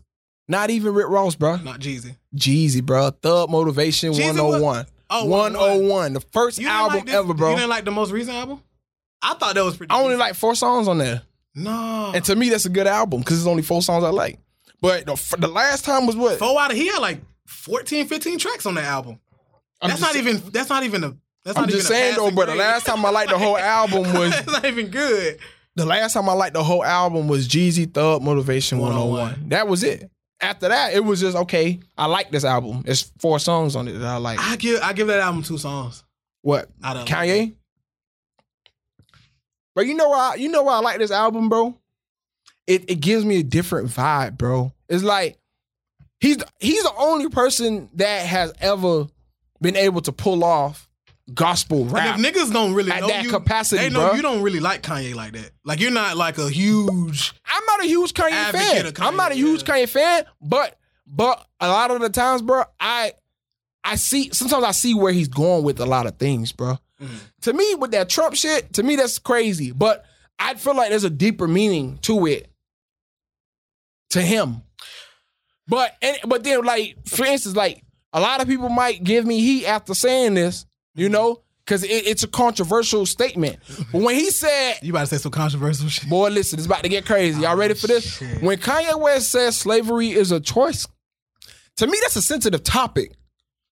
not even Rick Ross, bro.
not Jeezy.
Jeezy, bro. Thug Motivation
Jeezy
101.
Oh,
101, the first
You didn't
album
like this-
ever, bro.
You didn't like the most recent album? I thought that was pretty.
I only
decent.
like four songs on there.
no.
And to me, that's a good album because it's only four songs I like. But the, f- the last time was what?
Four out of here, like 14, 15 tracks on that album.
I'm
that's
just-
not even. That's not even a. That's
I'm
not
just
even a
saying though,
passing
but the
grade. *laughs*
last time I liked the whole album was
That's not even good.
the last time I liked the whole album was Jeezy Thug Motivation 101.
101.
That was it. After that, it was just okay. I like this album. It's four songs on it that I like.
I give I give that album two songs.
What
Out of
Kanye? But you know why? You know why I like this album, bro. It it gives me a different vibe, bro. It's like he's the- he's the only person that has ever been able to pull off gospel rap.
And if niggas don't really
At
know
that
you,
capacity,
they know
bruh.
you don't really like Kanye like that. Like you're not like a huge.
I'm not a huge Kanye
Advocate
fan.
of Kanye,
I'm not a huge
yeah.
Kanye fan, but but a lot of the times, bro, I I see sometimes I see where he's going with a lot of things, bro.
Mm.
To me, with that Trump shit, to me that's crazy. But I feel like there's a deeper meaning to it to him. But and but then like for instance, like a lot of people might give me heat after saying this, you know.
because it, it's a controversial statement. But when he said,
You about to say some controversial shit?
"Boy, listen, it's about to get crazy. Y'all ready for this?"
shit.
When Kanye West says slavery is a choice, to me that's a sensitive topic.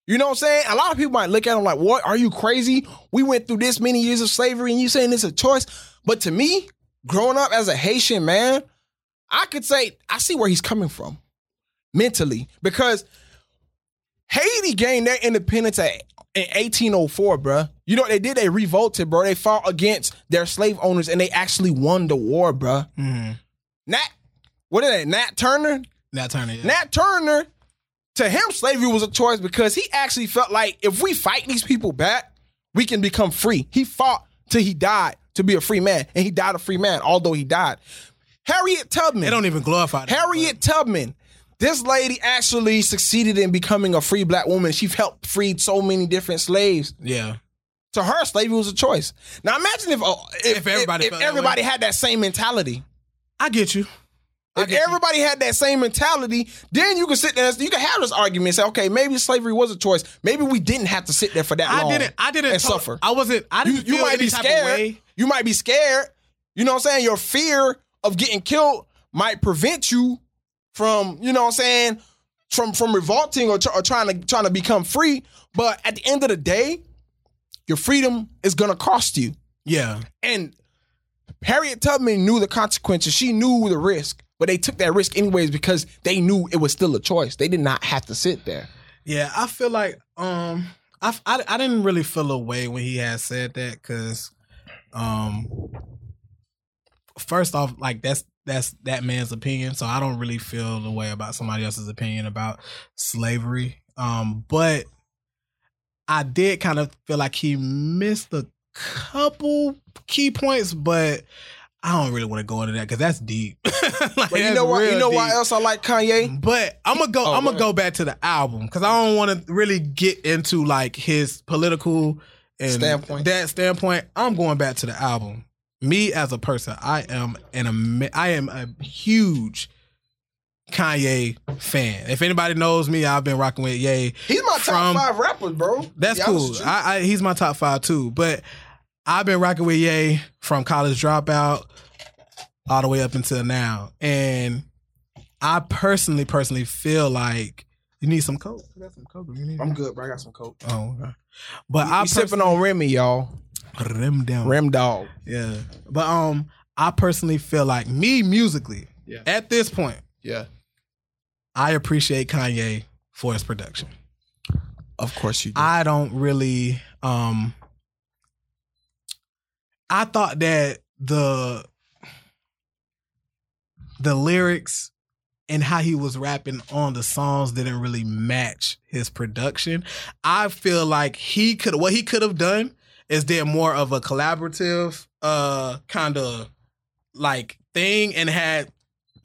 You know what I'm saying? A lot of people might look at him like, "What? Are you crazy? We went through this many years of slavery, and you saying it's a choice?" But to me, growing up as a Haitian man, I could say I see where he's coming from mentally because Haiti gained their independence at, in 1804, bruh. You know what they did? They revolted, bro. They fought against their slave owners, and they actually won the war, bruh.
Mhm.
Nat, what is that? Nat Turner,
Nat Turner. Yeah.
Nat Turner, to him, slavery was a choice because he actually felt like if we fight these people back, we can become free. He fought till he died to be a free man, and he died a free man, although he died. Harriet Tubman.
they don't even glorify that.
Harriet Tubman. This lady actually succeeded in becoming a free black woman. She helped freed so many different slaves.
Yeah.
To her, slavery was a choice. Now imagine if uh, if,
If everybody
if,
felt that
everybody
way.
had that same mentality.
I get you. I
If
get you.
everybody had that same mentality, then you could sit there. and You could have this argument and say, okay, maybe slavery was a choice. Maybe we didn't have to sit there for that
I
long.
didn't. I didn't
and
tot-
suffer.
I wasn't. I
You,
didn't.
you
feel
might
any
be
type of
scared.
way.
You might be scared. You know what I'm saying? Your fear of getting killed might prevent you from, you know what I'm saying, from from revolting or, tr- or trying to trying to become free. But at the end of the day, your freedom is gonna cost you.
Yeah.
And Harriet Tubman knew the consequences. She knew the risk, but they took that risk anyways because they knew it was still a choice. They did not have to sit there.
Yeah. I feel like um I, I I didn't really feel a way when he had said that because um first off like that's that's that man's opinion so I don't really feel the way about somebody else's opinion about slavery um but I did kind of feel like he missed a couple key points but I don't really want to go into that because that's deep. *laughs* Like,
But you
that's
know what? You
real
know why
deep.
else I like Kanye?
But I'm gonna go.
Oh,
I'm
go
gonna
ahead.
go back to the album because I don't want to really get into like his political and
Standpoint.
That standpoint. I'm going back to the album. Me as a person, I am an ama- I am a huge Kanye fan. If anybody knows me, I've been rocking with Ye
He's my top
From-
five rappers, bro.
that's
Be honest
cool.
with you.
I, I he's my top five too. But I've been rocking with Ye from college dropout all the way up until now, and I personally, personally feel like you need some coke. I got some coke. You need
I'm good, bro. I got some coke.
Oh, okay. But I
I'm sipping on Remy, y'all.
on rim down.
Rem Dog.
Yeah. But um, I personally feel like me musically
Yeah.
at this point,
Yeah.
I appreciate Kanye for his production.
Of course you do.
I don't really um I thought that the the lyrics and how he was rapping on the songs didn't really match his production. I feel like he could what he could have done is did more of a collaborative uh kind of like thing and had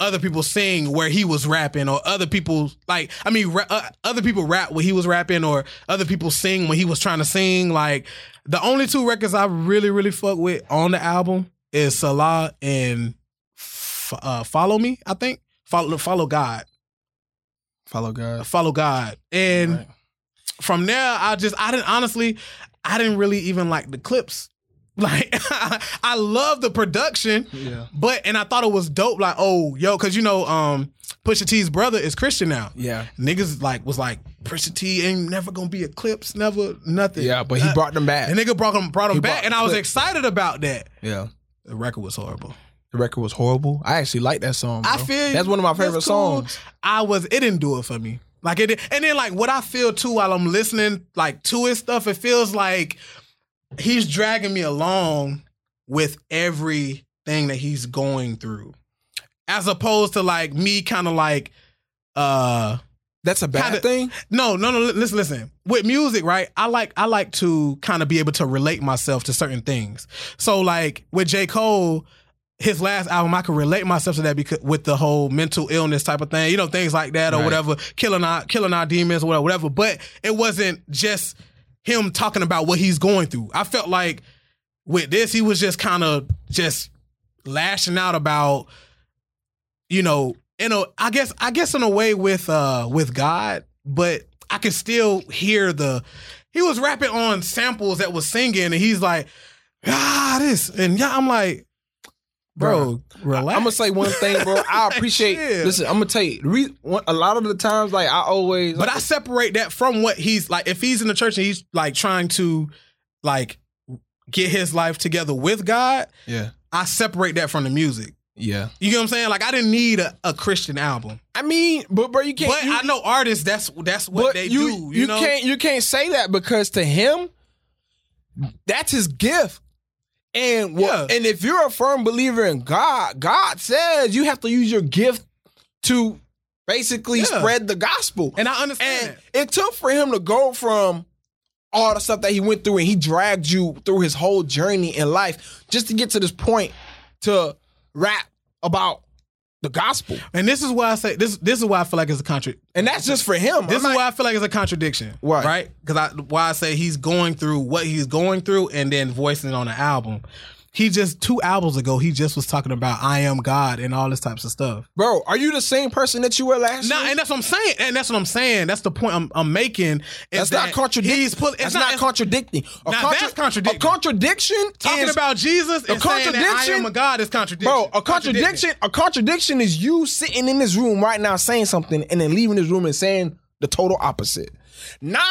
other people sing where he was rapping or other people like I mean ra- uh, other people rap when he was rapping or other people sing when he was trying to sing like the only two records I really really fuck with on the album is Salah and F- uh, Follow Me I think follow follow God Uh,
Follow God.
follow God and
Right.
from there I just I didn't honestly I didn't really even like the clips *laughs* like I love the production
Yeah.
but and I thought it was dope. Like, oh, yo, because you know, um, Pusha T's brother is Christian now.
Yeah.
Niggas like was like Pusha T ain't never gonna be Eclipse, never nothing.
Yeah, but he
Uh,
brought them back.
and nigga brought him brought him
He
back,
brought
and I was
Eclipse.
excited about that.
Yeah.
The record was horrible.
The record was horrible. I actually like that song.
I
bro.
feel you.
that's one of my
That's
favorite
cool.
songs.
I was it didn't do it for me. Like it, and then like what I feel too while I'm listening like to his stuff, it feels like he's dragging me along with everything that he's going through, as opposed to like me kind of like uh
That's a bad
Kinda-
thing.
no, no, no. li- Listen, listen. With music, right? I like I like to kind of be able to relate myself to certain things. So, like with J. Cole, his last album, I could relate myself to that because with the whole mental illness type of thing, you know, things like that or
Right.
whatever, killing our killing our demons or whatever, whatever. But it wasn't just him talking about what he's going through. I felt like with this, he was just kind of just lashing out about, you know, you know, I guess I guess in a way with uh with God, but I can still hear the He was rapping on samples that was singing, and he's like, ah, this, and yeah, I'm like, bro, relax.
I'm gonna say one thing, bro. *laughs* I appreciate.
Shit.
Listen, I'm gonna tell you. the re- one- a lot of the times, like I always,
But I separate that from what he's like. If he's in the church and he's like trying to, like, get his life together with God,
yeah,
I separate that from the music.
yeah.
You get what I'm saying? Like, I didn't need a, a Christian album,
I mean, but bro, you can't.
but
you,
I know artists. That's that's what
but
they
you,
do. You,
you
know?
can't you can't say that because to him, that's his gift. And what,
Yeah.
and if you're a firm believer in God, God says you have to use your gift to basically
Yeah.
spread the gospel.
and I understand.
And
that.
it took for him to go from all the stuff that he went through and he dragged you through his whole journey in life just to get to this point to rap about the gospel.
And this is why I say this. This is why I feel like it's a contra-
And that's just for him.
This
I'm
is
not-
why I feel like it's a contradiction.
Why?
Right? Because I why I say he's going through what he's going through and then voicing it on the album. He just two albums ago, he just was talking about I am God and all this types of stuff.
bro, are you the same person that you were last
No,
year?
and that's what I'm saying. And that's what I'm saying. That's the point I'm, I'm making.
That's not contradicting.
He's pull, it's
that's
not,
not,
it's
contradicting. A
Now that's contradicting.
A contradiction
talking
is,
about Jesus and saying that I
contradiction-
am a God is contradiction.
bro. A contradiction. A contradiction is you sitting in this room right now saying something and then leaving this room and saying the total opposite. Not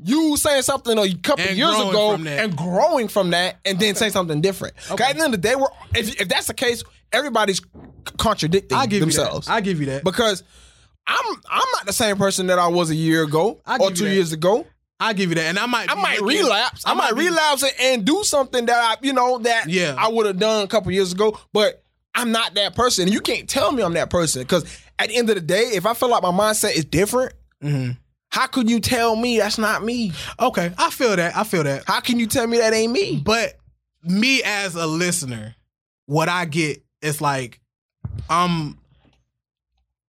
you saying something a couple
And
years
growing
ago
from that.
and growing from that and then saying something different. Okay. At the end of the day, we're if, if that's the case, everybody's c- contradicting
I give
themselves.
you that. I give you that.
because I'm I'm not the same person that I was a year ago
I
or
give you
two
that.
years ago.
I give you that. And I might
I
be
might
making-
relapse. I, might
be-
relapse and, and do something that I, you know, that
Yeah.
I would have done a couple years ago. But I'm not that person. And you can't tell me I'm that person because at the end of the day, if I feel like my mindset is different,
Mm-hmm.
how could you tell me that's not me?
Okay. I feel that. I feel that.
How can you tell me that ain't me?
But me as a listener, what I get is like, um,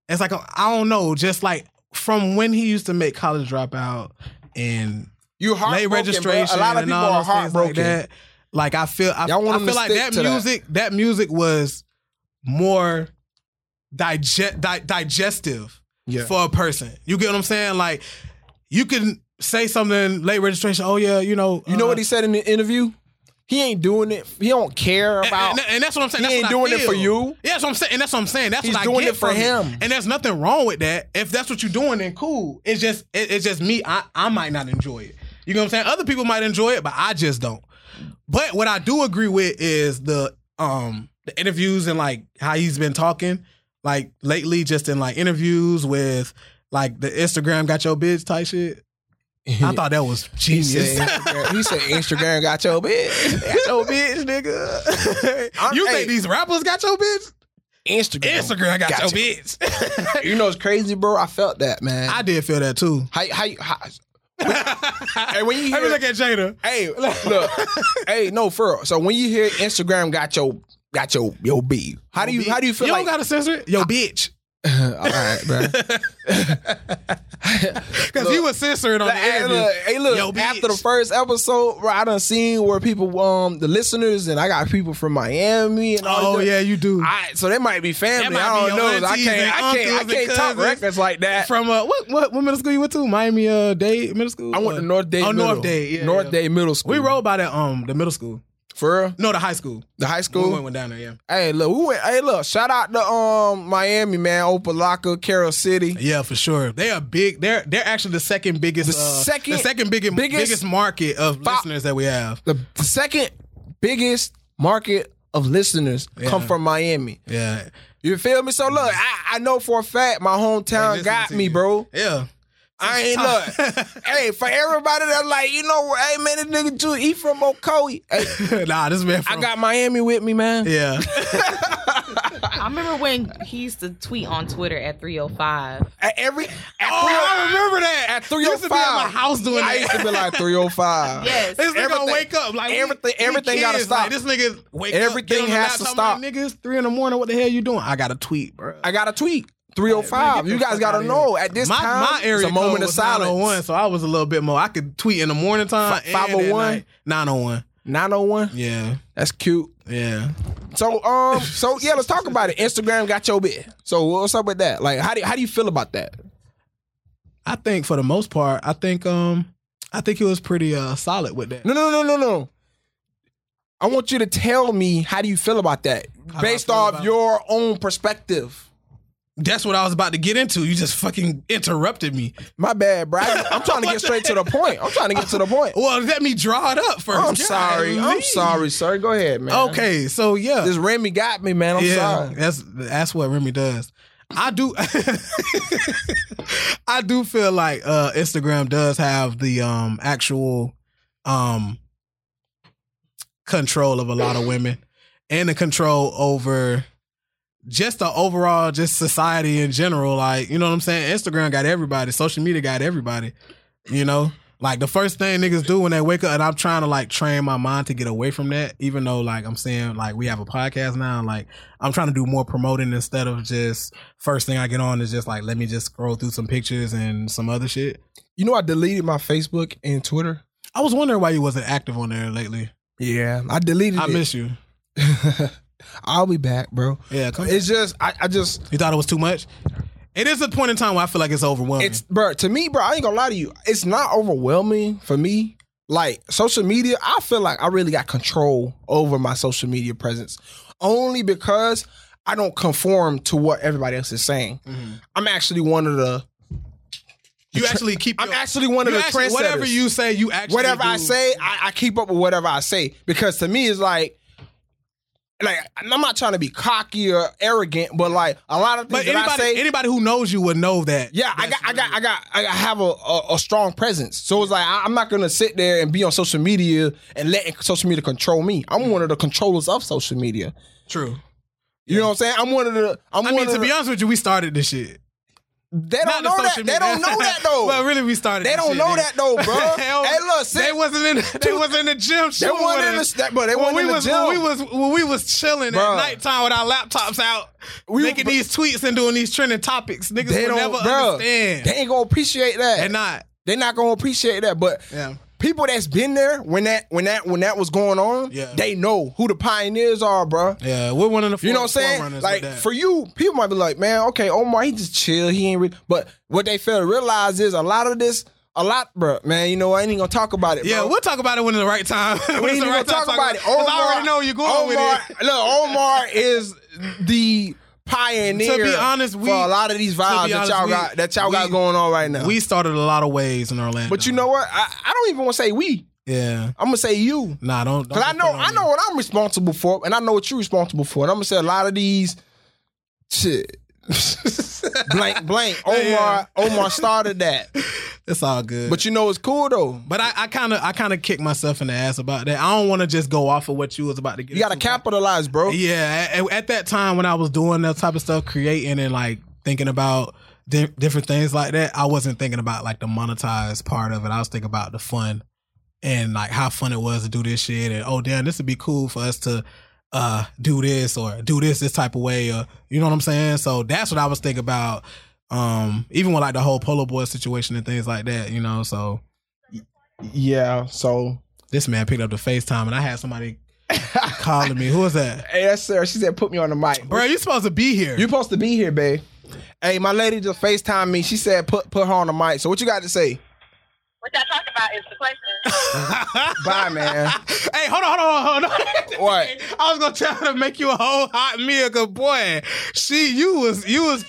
it's like I don't know, just like from when he used to make college dropout and
You
late
heartbroken.
registration.
Registration, a lot of
and
people
all
are
those things
heartbroken.
Like, that. like I feel, I,
Y'all want
I
them
feel
to
like
stick
that
to that.
music, that. music was more digest di- digestive
Yeah.
for a person. You get what I'm saying? Like you can say something late registration. Oh yeah, you know,
You know what he said in the interview? He ain't doing it. He don't care about.
and, and that's what I'm saying.
He
That's
ain't
what I
doing it for
feel.
you.
Yeah, that's what I'm saying. And that's what I'm saying. That's
He's
what I
doing
get
it for
from
him.
And there's nothing wrong with that. If that's what you're doing, then cool. It's just it, it's just me. I I might not enjoy it. You know what I'm saying? Other people might enjoy it, but I just don't. But what I do agree with is the um the interviews and like how he's been talking like lately, just in like interviews with like the Instagram got your bitch type shit.
*laughs*
I thought that was
He
genius.
said, Instagram, he said Instagram got
*laughs*
your bitch. Got your bitch, nigga. *laughs* I'm-
you
hey,
think these rappers got your bitch?
Instagram.
Instagram got,
Got
your
you.
bitch.
You know it's crazy, bro. I felt that, man.
*laughs* I did feel that too.
how, how, how,
hey,
when you
let me
hear-
look at Jada.
*laughs* hey, look, hey, no, for real. So when you hear Instagram got your got your your B, how do you how do you feel
You
like?
don't gotta censor it, yo, bitch,
*laughs* all right,
*laughs*
bro.
because you was censoring on the
Hey,
interview.
look, hey, look,
Yo, bitch.
after the first episode, bro, I done seen where people, um, the listeners, and I got people from Miami and all.
oh
this-
yeah, you do.
I, so they might be family.
That might
I
be
don't
your
know. I
aunties
can't.
and
I can't. I
uncles and
can't top
cousins.
records like that.
From uh, what what what middle school you went to? Miami uh, Dade middle school.
I went
Or-
to North Day.
Oh,
middle.
North Dade. Yeah,
North
yeah.
Day Middle School.
We rode by that um the middle school.
for real?
No, the high school.
the high school.
We went, went down there. Yeah.
Hey, look, we went. Hey, look, shout out to um Miami, man, Opalaka, Carroll City.
Yeah, for sure. They are big. They're they're actually the second biggest.
The
uh,
second
the second biggest
biggest-
biggest, market of
Fi-
listeners that we have.
The, the second biggest market of listeners come
Yeah.
from Miami.
Yeah,
You feel me? So look, I, I know for a fact my hometown
Listening
got
to
me,
you.
bro.
Yeah.
I ain't
*laughs*
look. hey, for everybody that like, you know, hey man, this nigga too, he from Okoe. Hey,
nah, this man. From,
I got Miami with me, man. *laughs*
Yeah.
I remember when he used to tweet on Twitter at 305.
At every at
Oh, I
305,
remember that. *laughs*
at
used to be at my
305.
house doing
I used
that.
to
*laughs*
be like 305.
Yes.
This nigga
Everything-
gonna wake up like we-
everything-
we
everything gotta
kids,
stop.
Like, this nigga wake up,
Everything
get on the
has to
laptop, like, niggas, three in the morning. What the hell you doing? I got a tweet, bro.
I got a tweet.
Man,
305. You
get the
guys
fuck
got
outta
to
here.
know at this
my,
time,
my area
it's a moment
code
of
was 901,
silence.
so I was a little bit more. I could tweet in the morning time.
Fi- 501?
901.
901.
Yeah,
That's cute.
yeah.
So um, so yeah, let's talk about it. Instagram got your bit. So what's up with that? Like, how do how do you feel about that?
I think for the most part, I think um, I think he was pretty uh, solid with that.
No, no, no, no, no. I want you to tell me how do you feel about that
How do I
based
feel
off
about it?
your own perspective.
That's what I was about to get into. You just fucking interrupted me.
My bad, bro. I- I'm trying to get straight to the point. I'm trying to get to the point.
Well, let me draw it up first.
I'm sorry. I'm
Golly.
sorry, sir. Go ahead, man.
Okay, so yeah,
This Remy got me, man. I'm
yeah,
sorry.
that's that's what Remy does. I do, *laughs* I do feel like uh, Instagram does have the um, actual um, control of a lot of women and the control over just the overall just society in general. Like you know what I'm saying? Instagram got everybody. Social media got everybody. You know. Like the first thing niggas do when they wake up, and I'm trying to like train my mind to get away from that. Even though like I'm saying like we have a podcast now, like I'm trying to do more promoting instead of just first thing I get on is just like let me just scroll through some pictures and some other shit.
You know, I deleted my Facebook and Twitter.
I was wondering why you wasn't active on there lately.
Yeah, I deleted
I
it.
miss you.
I'll be back, bro.
Yeah, come
It's just, I, I just,
you thought it was too much. It is a point in time where I feel like it's overwhelming.
it's, bro, to me, bro, I ain't gonna lie to you. It's not overwhelming for me. Like, social media, I feel like I really got control over my social media presence only because I don't conform to what everybody else is saying. I'm actually one of the,
you actually keep.
I'm
your-
actually one of
you
the
actually- whatever
trendsetters.
you say. You actually
whatever I
do.
say, I, I keep up with whatever I say because to me it's like, like and I'm not trying to be cocky or arrogant, but like a lot of
But
things that
anybody,
I say,
anybody who knows you would know that.
yeah, I got,
That's
I got, I got, I got, have a, a, a strong presence. So it's like I, I'm not gonna sit there and be on social media and let social media control me.
Mm.
I'm one of the controllers of social media.
true.
You know what I'm saying? I'm one of the. I'm
I
one
mean,
of
to
the,
be honest with you, we started this shit.
they don't
Not
know
the
that.
social
They
media. *laughs*
don't know that though.
well, really, we started.
They
this
don't
shit,
know
nigga.
that
*laughs*
though, bro.
Hell,
hey, look, since,
they wasn't in. They was in the gym.
they
shooting
wasn't
with
in
us.
the, but they
when
wasn't
we
in the
was
gym.
when we was when we was chilling
Bruh.
at nighttime with our laptops out,
We-
making
but-
these tweets and doing these trending topics. Niggas
They
will
don't,
never
bruh,
understand.
They ain't gonna appreciate that.
They're not.
They're not gonna appreciate that. But
Yeah.
people that's been there when that when that when that was going on,
Yeah.
they know who the pioneers are, bro.
Yeah, we're one of the.
You know what I'm saying? Like for you, people might be like, man, okay, Omar, he just chill. He ain't. Re-. But what they fail to realize is a lot of this, a lot, bro. Man, you know I ain't even gonna talk about it.
yeah,
bro.
we'll talk about it when it's the right time. *laughs* When it's
we ain't
the
even
right time
gonna talk about it.
'Cause
Omar,
I already know you're going
Omar,
with it.
Look, Omar is the pioneer.
To be honest, we-
for a lot of these vibes that
honest,
y'all
we-
got that y'all got
we-
going on right now.
We started a lot of ways in Orlando,
But you know what? I, I don't even want to say we.
yeah,
I'm gonna say you.
nah, don't.
Cause
don't
I
put
know
it on
I
me.
know what I'm responsible for, and I know what you're responsible for. And I'm gonna say a lot of these shit. *laughs* blank blank. Omar
Yeah.
Omar started that.
it's all good.
But you know it's cool though.
But I kind of I kind of kick myself in the ass about that. I don't want to just go off of what you was about to get.
You gotta
into.
capitalize, bro.
Yeah, at, at that time when I was doing that type of stuff, creating and like thinking about di- different things like that, I wasn't thinking about like the monetized part of it. I was thinking about the fun and like how fun it was to do this shit. And oh damn, this would be cool for us to uh do this or do this this type of way or you know what I'm saying. So that's what I was thinking about. Um, even with like the whole polo boy situation and things like that, you know. So
Yeah. So
this man picked up the FaceTime and I had
*laughs*
somebody calling me. Who was that?
Hey, that's Sarah. She said put me on the mic.
Bro, you supposed to be here. *laughs*
You're supposed to be here, babe. Hey, my lady just FaceTime me. She said put put her on the mic. So what you got to say?
What y'all talking about is the
*laughs*
question.
*laughs*
Bye, man.
Hey, hold on, hold on, *laughs* hold on.
What?
I was gonna try to make you a whole hot meal, good boy. She, you was, you was,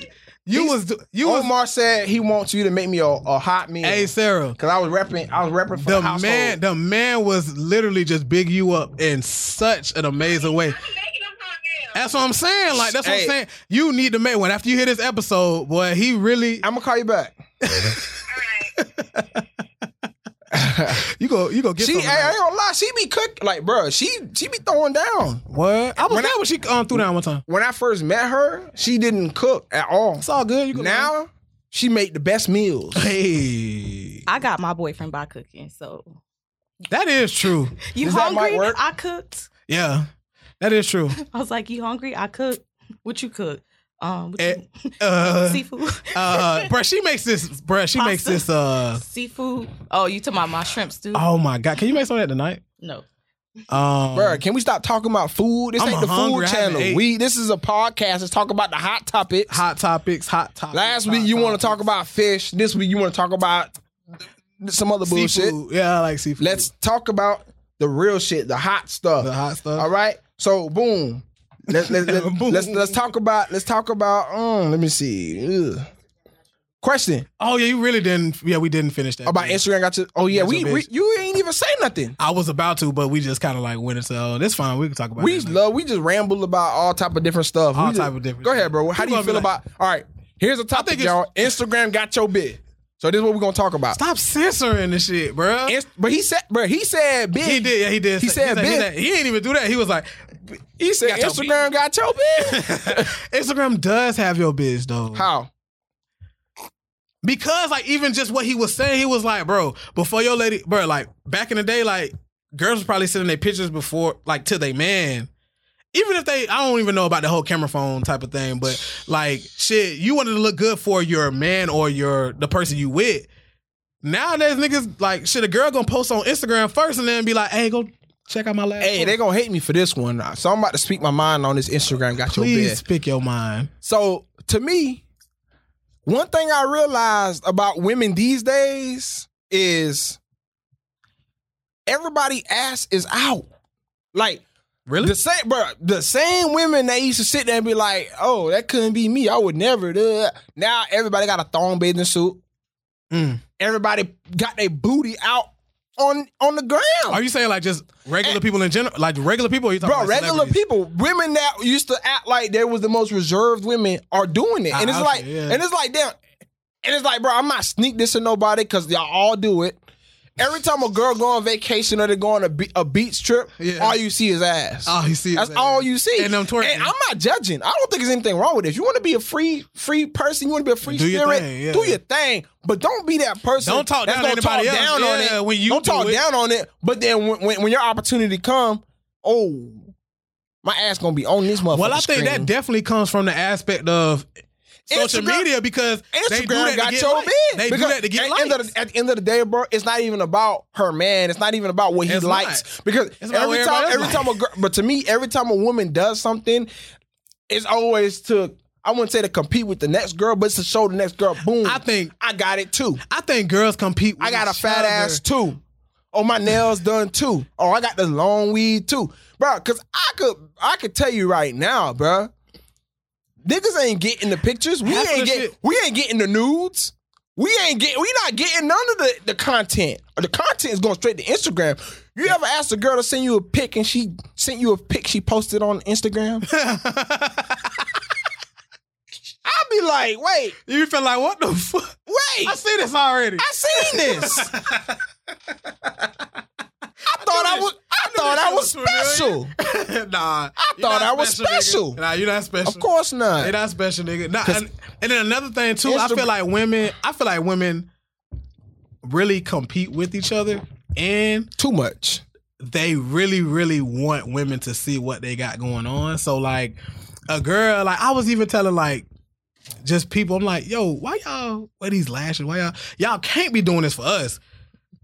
you was, do- you was.
Omar said he wants you to make me a, a hot meal.
hey, Sarah,
Cause I was repping, I was repping for the,
the
household.
man, the man was literally just big you up in such an amazing way.
Making them hot meals.
That's what I'm saying. Like that's what
Hey.
I'm saying. You need to make one after you hear this episode, boy. He really,
I'm gonna call you back.
All right.
you go, you go get.
She,
some
hey,
of
I
that.
ain't gonna lie, she be cook like, bruh. She, she be throwing down.
what? I was
When I-
there when she um, threw down one time.
When I first met her, she didn't cook at all.
It's all good. You can
Now she make the best meals.
Hey,
I got my boyfriend by cooking, so
that is true.
you
Does that might
hungry?
work?
I cooked. *laughs*
Yeah, that is
*laughs*
true.
I was like, "You hungry? I cooked. What you cook? Um, what
Eh,
you,
Uh,
seafood, *laughs*
uh, bruh, she makes this, bruh, she makes
Pasta.
this, uh,
seafood. Oh, you talking about my shrimp stew?
oh my God. Can you make some of that tonight?
No,
Um,
Bruh, can we stop talking about food? This
I'm
ain't the
hungry,
food
I haven't
channel.
ate.
We this is a podcast. Let's talk about the hot topics.
hot topics, hot topics.
Last
hot
week you want to
topics.
talk about fish. This week you want to talk about some other bullshit.
Seafood. Yeah, I like seafood.
Let's talk about the real shit, the hot stuff.
the hot stuff.
All right. So boom. Let's let's
*laughs*
let's,
Boom.
let's let's talk about let's talk about. Um, let me see. Ugh. Question
Oh yeah, you really didn't. Yeah, we didn't finish that.
about Instagram got to. Oh yeah,
That's
we,
a bitch.
we you ain't even say nothing.
I was about to, but we just kind of like went into. Oh, that's fine. We can talk about.
We
that later.
love we just ramble about all type of different stuff. We
all
just-
type of different.
Go
shit.
ahead, bro. How do
People
you
gonna be
feel
like,
about? All right, here's a topic,
think it's-
y'all. Instagram got your bid. So this is what we're gonna talk about.
Stop censoring this shit, bro.
Inst- but he said, but he said bid.
He did. Yeah, he did.
He
say-
said
he,
bit.
said- he didn't even do that. He was like,
He said
Got your
Instagram got
*laughs*
your bid.
Instagram does have your biz though.
How?
Because like even just what he was saying, he was like, bro, before your lady, bro, like back in the day, like girls was probably sending their pictures before, like to their man. Even if they, I don't even know about the whole camera phone type of thing, but like shit, you wanted to look good for your man or your the person you with. Nowadays, niggas like shit. A girl gonna post on Instagram first and then be like, "Hey, go check out my last."
Hey, they
post.
gonna hate me for this one. So I'm about to speak my mind on this Instagram got your bid.
please pick your mind.
So to me, one thing I realized about women these days is everybody ass is out. Like
Really?
the same, bro. The same women that used to sit there and be like, "Oh, that couldn't be me. I would never." duh." Now everybody got a thong bathing suit.
Mm.
Everybody got their booty out on on the ground.
Are you saying like just regular people in general, like regular people? Or you talking
Bro,
about
regular
celebrities?
people, women that used to act like they was the most reserved women are doing it. And
Ah,
it's
okay,
like,
yeah.
and it's like, damn. And it's like, bro, I'm not sneak this to nobody because y'all all do it. Every time a girl go on vacation or they go on a, be- a beach trip,
Yeah.
all you see is ass.
Oh, you see,
That's all you see.
And them twerking.
And I'm not judging. I don't think there's anything wrong with it. If you want to be a free, free person, you want to be a free
Do your
spirit,
thing, yeah.
do your thing. But don't be that person.
Don't talk
that's
down to
gonna talk
anybody else.
down on
Yeah,
it.
when you
don't
do
talk
it.
down on it. But then when, when, when your opportunity come, oh, my ass gonna be on this motherfucker.
well, I think that definitely comes from the aspect of social
Instagram-
media because they do
Instagram
that
got
to get
your
likes.
bid.
They do
Because
that to get
at, the end of
likes.
the, at the end of the day, bro, it's not even about her man. It's not even about what he
It's
likes.
not.
Because
It's about
every
what
time,
everybody
every
else
time a girl, but to me, every time a woman does something, it's always to I wouldn't say to compete with the next girl, but it's to show the next girl, boom,
I think
I got it too.
I think girls compete. With
I got a
each
fat
other.
ass too. Oh, my nails done too. Oh, I got this long weed too, bro. Cause I could, I could tell you right now, bro. Niggas ain't getting the pictures. We
Half of
ain't
the
get,
shit-
we ain't getting the nudes. We ain't get, we not getting none of the, the content. The content is going straight to Instagram. You ever asked a girl to send you a pic and she sent you a pic she posted
*laughs*
on Instagram? I'd be like, wait,
You feel like what the fuck?
wait.
I see this already.
I seen this. I thought I
this.
was. I
knew
thought
this
I
shit
was
was
special.
familiar. *laughs* nah, I
thought I was special.
Nah, you're not special.
Of course
They
not.
not special, nigga. Nah,
'Cause-
and, and then another thing too, I
Insta-
feel like women. I feel like women really compete with each other, and
Too much.
they really, really want women to see what they got going on. So like, a girl, like I was even telling like. Just people, I'm like, yo, why y'all wear these lashes? Why y'all y'all can't be doing this for us?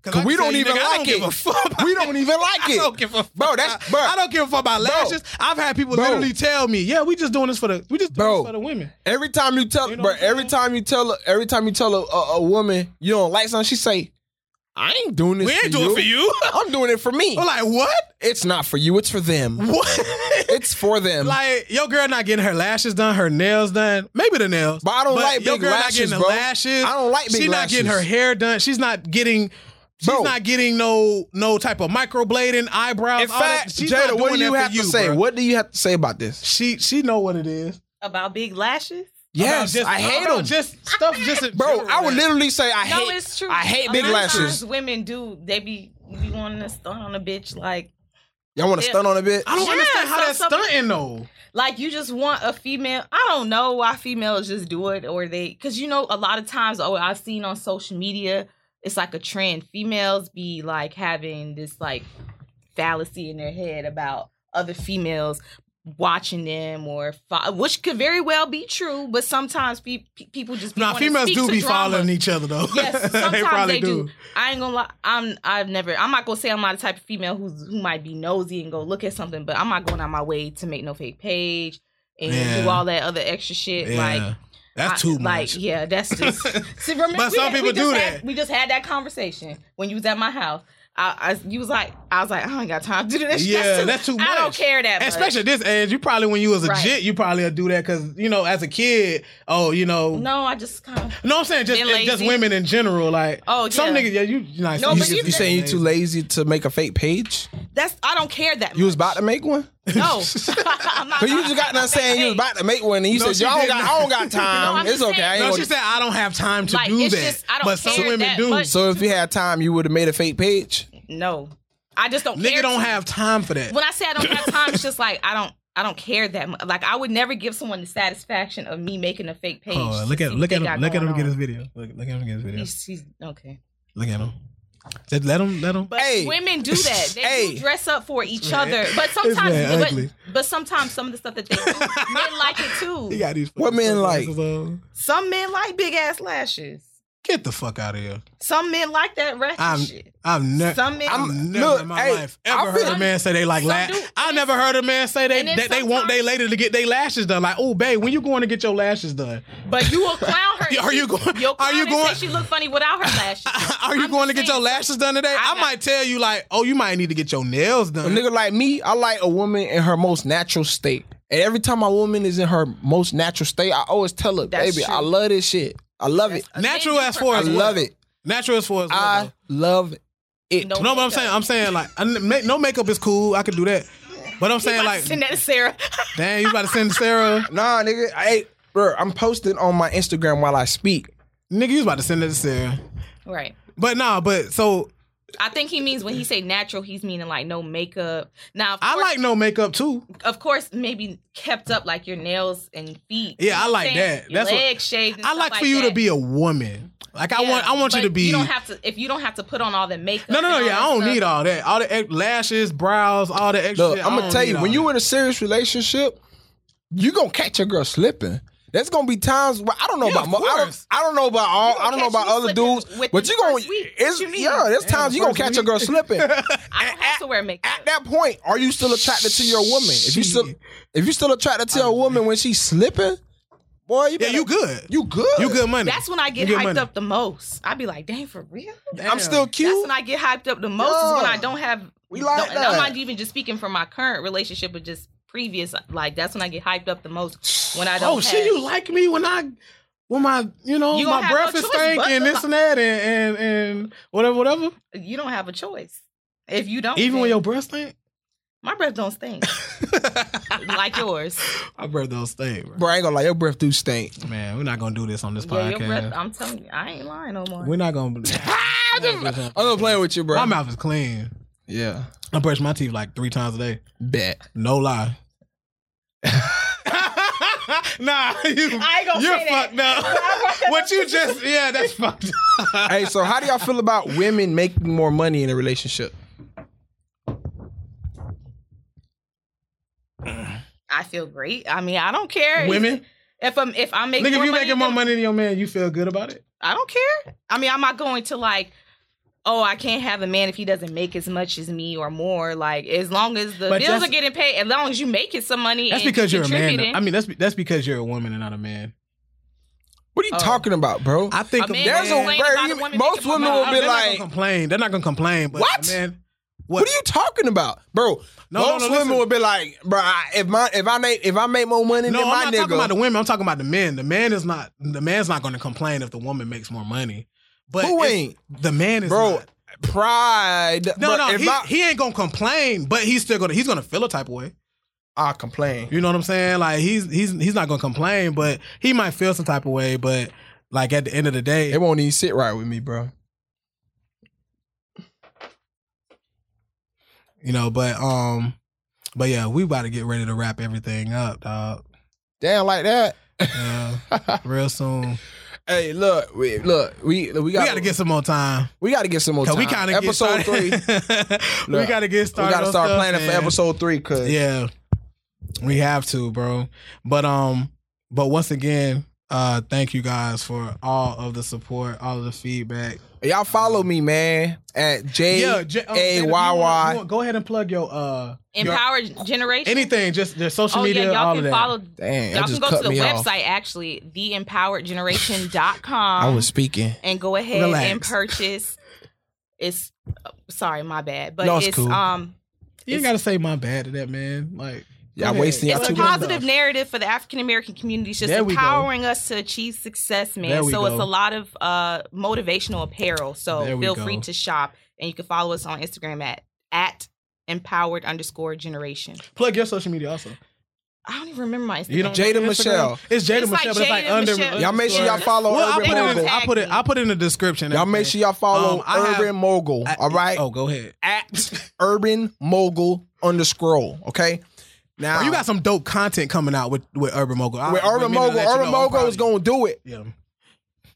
I
Cause we
can tell
don't
you,
even
nigga, I
like
don't give a fuck
it.
about
We don't even like
*laughs* I don't
it.
give a fuck.
Bro, that's- bro.
I don't give a fuck about
Bro.
lashes. I've had people
Bro.
literally tell me, "Yeah, we just doing this for the we just doing
Bro.
this for the women."
Every time you tell,
You know
bro.
what I'm
Every
saying?
time you tell, a- every time you tell a, a, a woman you don't like something, she say, "I ain't doing this.
We
for
ain't doing it for you.
*laughs* I'm doing it for me.
I'm like, what? *laughs*
It's not for you. It's for them.
What?
It's for them.
like your girl not getting her lashes done, her nails done, maybe the nails.
But I don't like
your
big
girl
lashes,
not getting the
bro.
lashes.
I don't like big
She's not getting her
lashes.
hair done. She's not getting. She's
Bro.
not getting no no type of microblading eyebrows.
In
all that-
fact,
she's not
Jada, what
doing
do you
that for
have to say?
bro.
What do you have to say about this?
She she know what it is.
about big lashes.
About
Yes,
just-
I hate
about
them.
Just stuff. Just in
Bro,
general,
I would
man.
literally say I
No,
hate.
it's true.
I hate
A
big
lot of
lashes.
times Women do. They be be wanting to stunt on a bitch like
Y'all want to
Yeah.
stun on a bit?
I don't
Yeah,
understand how
so
that's
some-
stunting though.
like you just want a female. I don't know why females just do it or they because you know a lot of times. Oh, I've seen on social media, it's like a trend. Females be like having this like fallacy in their head about other females watching them or fo- which could very well be true, but sometimes pe- pe- people just be
Nah,
wanting to
females
speak
do
to
be
drama.
following each other though. *laughs*
Yes, sometimes they, do. I ain't gonna lie. I'm. I've never. I'm not gonna say I'm not the type of female who's who might be nosy and go look at something, but I'm not going out my way to make no fake page and
Yeah.
do all that other extra shit.
Yeah.
Like
That's
I-
too
Like,
much.
yeah,
*laughs*
that's just. See, remember,
But
we
some
had- we
people
just
do
had-
that.
we just had that conversation when you was at my house. I, I, you was like, I was like, I don't got time to do this.
Yeah,
that's too,
that's too
I don't
much.
care that much.
Especially at this age, you probably when you was a
Right.
jit, you probably do that because you know as a kid, oh you know, no,
No, I just kind of.
I'm saying just
Been
it- just
lazy.
women in general, like
Oh,
some
yeah.
niggas, yeah, you you not
No,
you,
but
You,
you-
you saying you too lazy to make a fake page?
That's I don't care that much.
You was about to make one?
*laughs*
No, *laughs* I'm not.
Cause you just got done saying you was about to make one, and you
No,
said
she
y'all don't
did
got,
not.
I don't got
*laughs* No,
time.
I'm
it's
just
okay.
saying-
I ain't
no,
gonna
she said I don't have time to
Like,
do
it's
that,
just- I don't
but some
care
women
that
do.
much.
So if you had time, you would have made a fake page.
No, I just don't.
Nigga
care
don't
too-
have time for that.
When I say I don't have time, it's just like I don't. I don't care that much. Like I would never give someone the satisfaction of me making a fake page.
Hold on,
to
Oh, look at
see
look
what
at
they
him
got
look at
going
him get
on.
his video. Look, look at him get his video.
He's, he's okay.
Look at him. Just let him let him.
But
Hey.
women
*laughs*
do that. They
Hey.
do dress up for each
man-
other. But
man
sometimes,
ugly.
but, but sometimes some of the stuff that they do,
*laughs*
men like it too.
He got these.
What
fucking
men like?
sunglasses on.
Some men like big ass lashes.
Get the fuck out of here.
Some men like that ratchet
I'm-
shit.
I've never.
Some men.
I've
I'm-
never
look,
in my
hey,
life ever
I
heard a
feel-
man say they like
Some
lash.
do-
I never heard a man say they
And then
that they want they
sometimes-
later to get their lashes done. Like, oh, babe, when you going to get your lashes done?
But you will clown
*laughs*
her.
Are you going?
You'll
Are
clown
you
and
going?
Say she look funny without
*laughs*
her lashes.
Are you
I'm
going to get
just saying,
your lashes done today?
I
I,
got-
might tell you like, oh, you might need to get your nails
A
done.
nigga like me, I like a woman in her most natural state. And every time a woman is in her most natural state, I always tell her,
That's
baby,
true.
I love this shit. I love it.
a
Natural
man
as
different-
far
I
as what?
love it.
Natural as far as what,
I
though?
love it.
No, but I'm
makeup.
saying, I'm saying like, I, ma- no makeup is cool. I could do that. But I'm saying
About to
like,
send that to Sarah. *laughs*
damn, you about to send Sarah?
Nah, nigga, I bro, I'm posting on my Instagram while I speak.
Nigga, you was about to send that to Sarah.
right.
But nah, but so
I think he means when he say natural, he's meaning like no makeup. Now, of
I
course,
like no makeup too.
of course, maybe kept up like your nails and feet.
Yeah,
You know
I
what
like
I'm
that.
Your
That's what-
leg shaved. and
I
stuff
like for you
that.
to be a woman. Like I
Yeah,
want, I want you
but
to be.
You don't have to if you don't have to put on all the makeup.
no, no, no.
and all
Yeah,
that
I don't
stuff.
need all that. All the ex- lashes, brows, all the extra.
Look,
shit, I
I'm gonna
don't
tell
need
you,
all
when
that.
you in a serious relationship, you gonna catch your girl slipping. There's gonna be times where I don't know
Yeah,
about
of
mo- I
course.
don't, I don't know about all
You
I
gonna
don't know
catch
about
me
other
slipping
dudes,
with
but
the
you gonna
first week.
it's
What you mean?
yeah, there's
Damn,
times
the
you gonna
first
catch your girl
week. *laughs*
slipping.
I don't have to wear makeup.
At that point, are you still attracted to your woman? If you still
Shit.
if you still attracted to your woman when she's slipping, boy, you
yeah,
better-
you
*laughs*
good.
You good.
You good money.
That's when I get
You
hyped
money.
up the most. I be like, dang, for real?
Damn.
I'm still cute.
That's when I get hyped up the most is when I don't have.
We like
don't- and I'm
that.
not even just speaking from my current relationship, but just previous. Like that's when I get hyped up the most when I don't.
Oh
have,
shit, you like me when I. When my, you know,
You gonna
my
have no
breath is
choice but
stank
to
and this
like-
and that and, and and whatever, whatever.
you don't have a choice. If you don't,
Even when
then-
your breath stink,
my breath don't stink like yours.
my breath don't stink, bro.
Bro, I ain't gonna lie, your breath do stink.
Man, we're not gonna do this on *laughs* this
Yeah, your
podcast.
breath. I'm telling you, I ain't lying no more.
we're not gonna.
*laughs*
I'm *laughs* just- I'm just playing with you, bro.
my mouth is clean.
Yeah.
I brush my teeth like three times a day.
Bet.
No lie. *laughs* nah, you,
I ain't gonna
you're
say that.
fucked up. *laughs* what you just, yeah, that's fucked
*laughs*
up.
hey, so how do y'all feel about women making more money in a relationship?
I feel great. I mean, I don't care.
Women,
If I'm if I'm making
nigga, if
more
you
money
making
than-
more money than your man, you feel good about it.
I don't care. I mean, I'm not going to like, oh, I can't have a man if he doesn't make as much as me or more. Like, as long as the
But
bills
that's-
are getting paid, as long as you making some money,
That's
and
because you're a man. though.
contributing.
I mean, that's that's because you're a woman and not a man.
What are you
Oh.
talking about, bro?
I think
A man
There's a
Complain about
very
a woman
most
making more
women
money.
will
Oh, they're
be
not gonna
like,
complain. They're not gonna complain. But
What?
Man,
"What are you talking about, bro?"
No, no,
most
no,
women
listen.
will be like, "Bro, I- if my if I make if I make more money
No,
than
I'm
my
not
nigga,
talking about the women. I'm talking about the men. The man is not. The man's not going to complain if the woman makes more money. But
Who
it's-
ain't?
The man is
bro,
not.
pride."
No,
bro,
no,
if
he,
I,
he ain't gonna complain, but he's still gonna he's gonna feel a type of way.
I complain.
You know what I'm saying? Like he's he's he's not gonna complain, but he might feel some type of way. But like at the end of the day,
It won't even sit right with me, bro.
you know. But um, but yeah, we about to get ready to wrap everything up, dog.
Damn, like that. *laughs*
Yeah, real soon.
Hey, look, we, look, we we
We
got
gotta get some more time.
we got to get some more
'Cause
time.
we kind of
episode
get *laughs*
three. We
started. we
Look,
gotta get started.
got to
on
start
stuff,
planning for
man.
episode three, cause
Yeah, we have to, bro. But um, but once again, Uh, thank you guys for all of the support, all of the feedback.
Y'all follow me, man, at J.
J-
A-
Jada, you
Y- Y.
you go ahead and plug your uh your-
Empower generation.
anything, just their social
oh
media,
yeah, y'all
all
can
of that.
follow.
Damn,
y'all
that
can
just
go to
cut
the
me
website
off.
actually,
*laughs* um,
theempoweredgeneration.com.
I was speaking.
and go ahead
Relax.
and purchase. It's uh, sorry, my bad, but
No,
it's,
it's cool.
um
you ain't
it's-
gotta say my bad to that man. Like
Y'all
Okay.
wasting y'all
it's
I
a
two
took it on
positive
the-
narrative for the African American community. It's just
There we go.
empowering us to achieve success, man.
There
So
we
it's
go.
a lot of uh motivational apparel.
There
So
we
feel
go.
free to shop, and you can follow us on Instagram at at empowered underscore generation.
plug your social media also.
I don't even remember my Instagram.
You don't
Jada
Instagram?
Michelle.
It's Jada
It's like
Michelle, but it's like
Jada
under
Michelle.
Y'all make sure y'all
underscore-
follow
Well, I
Urban
put, it in,
Mogul.
I put it. I put it in the description.
Y'all make sure y'all follow
Um, I have-
Urban Mogul. all right,
Oh, go ahead.
at *laughs* Urban Mogul underscore. Okay, now
Oh, you got some dope content coming out with with Urban Mogul. I-
with
we
Urban
mean to
Mogul.
let you know,
Urban
I'm
Mogul
proud
is
of you.
gonna do it.
Yeah.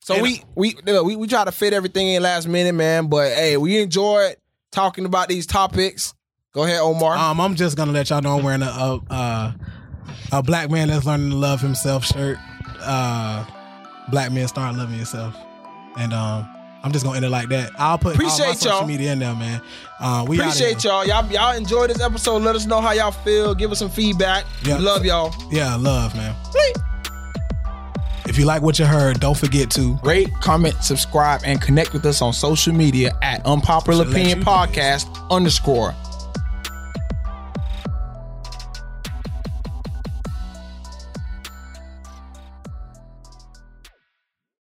So
And-
we, we look, we we try to fit everything in last minute, man. But hey, we enjoyed talking about these topics. Go ahead, Omar.
Um, I'm just gonna let y'all know I'm wearing a a, uh, a black man that's learning to love himself shirt. Uh, black men start loving yourself, and um, I'm just gonna end it like that. I'll put all my
Appreciate
social
y'all.
media in there, man. Uh, we outta
Appreciate
here.
y'all. Y'all y'all enjoy this episode. Let us know how y'all feel. Give us some feedback.
Yeah.
We love y'all.
Yeah, love, man. If you like what you heard, don't forget to.
Rate, comment, subscribe, and connect with us on social media at Unpopular
Should let
Opinion
you
Podcast underscore.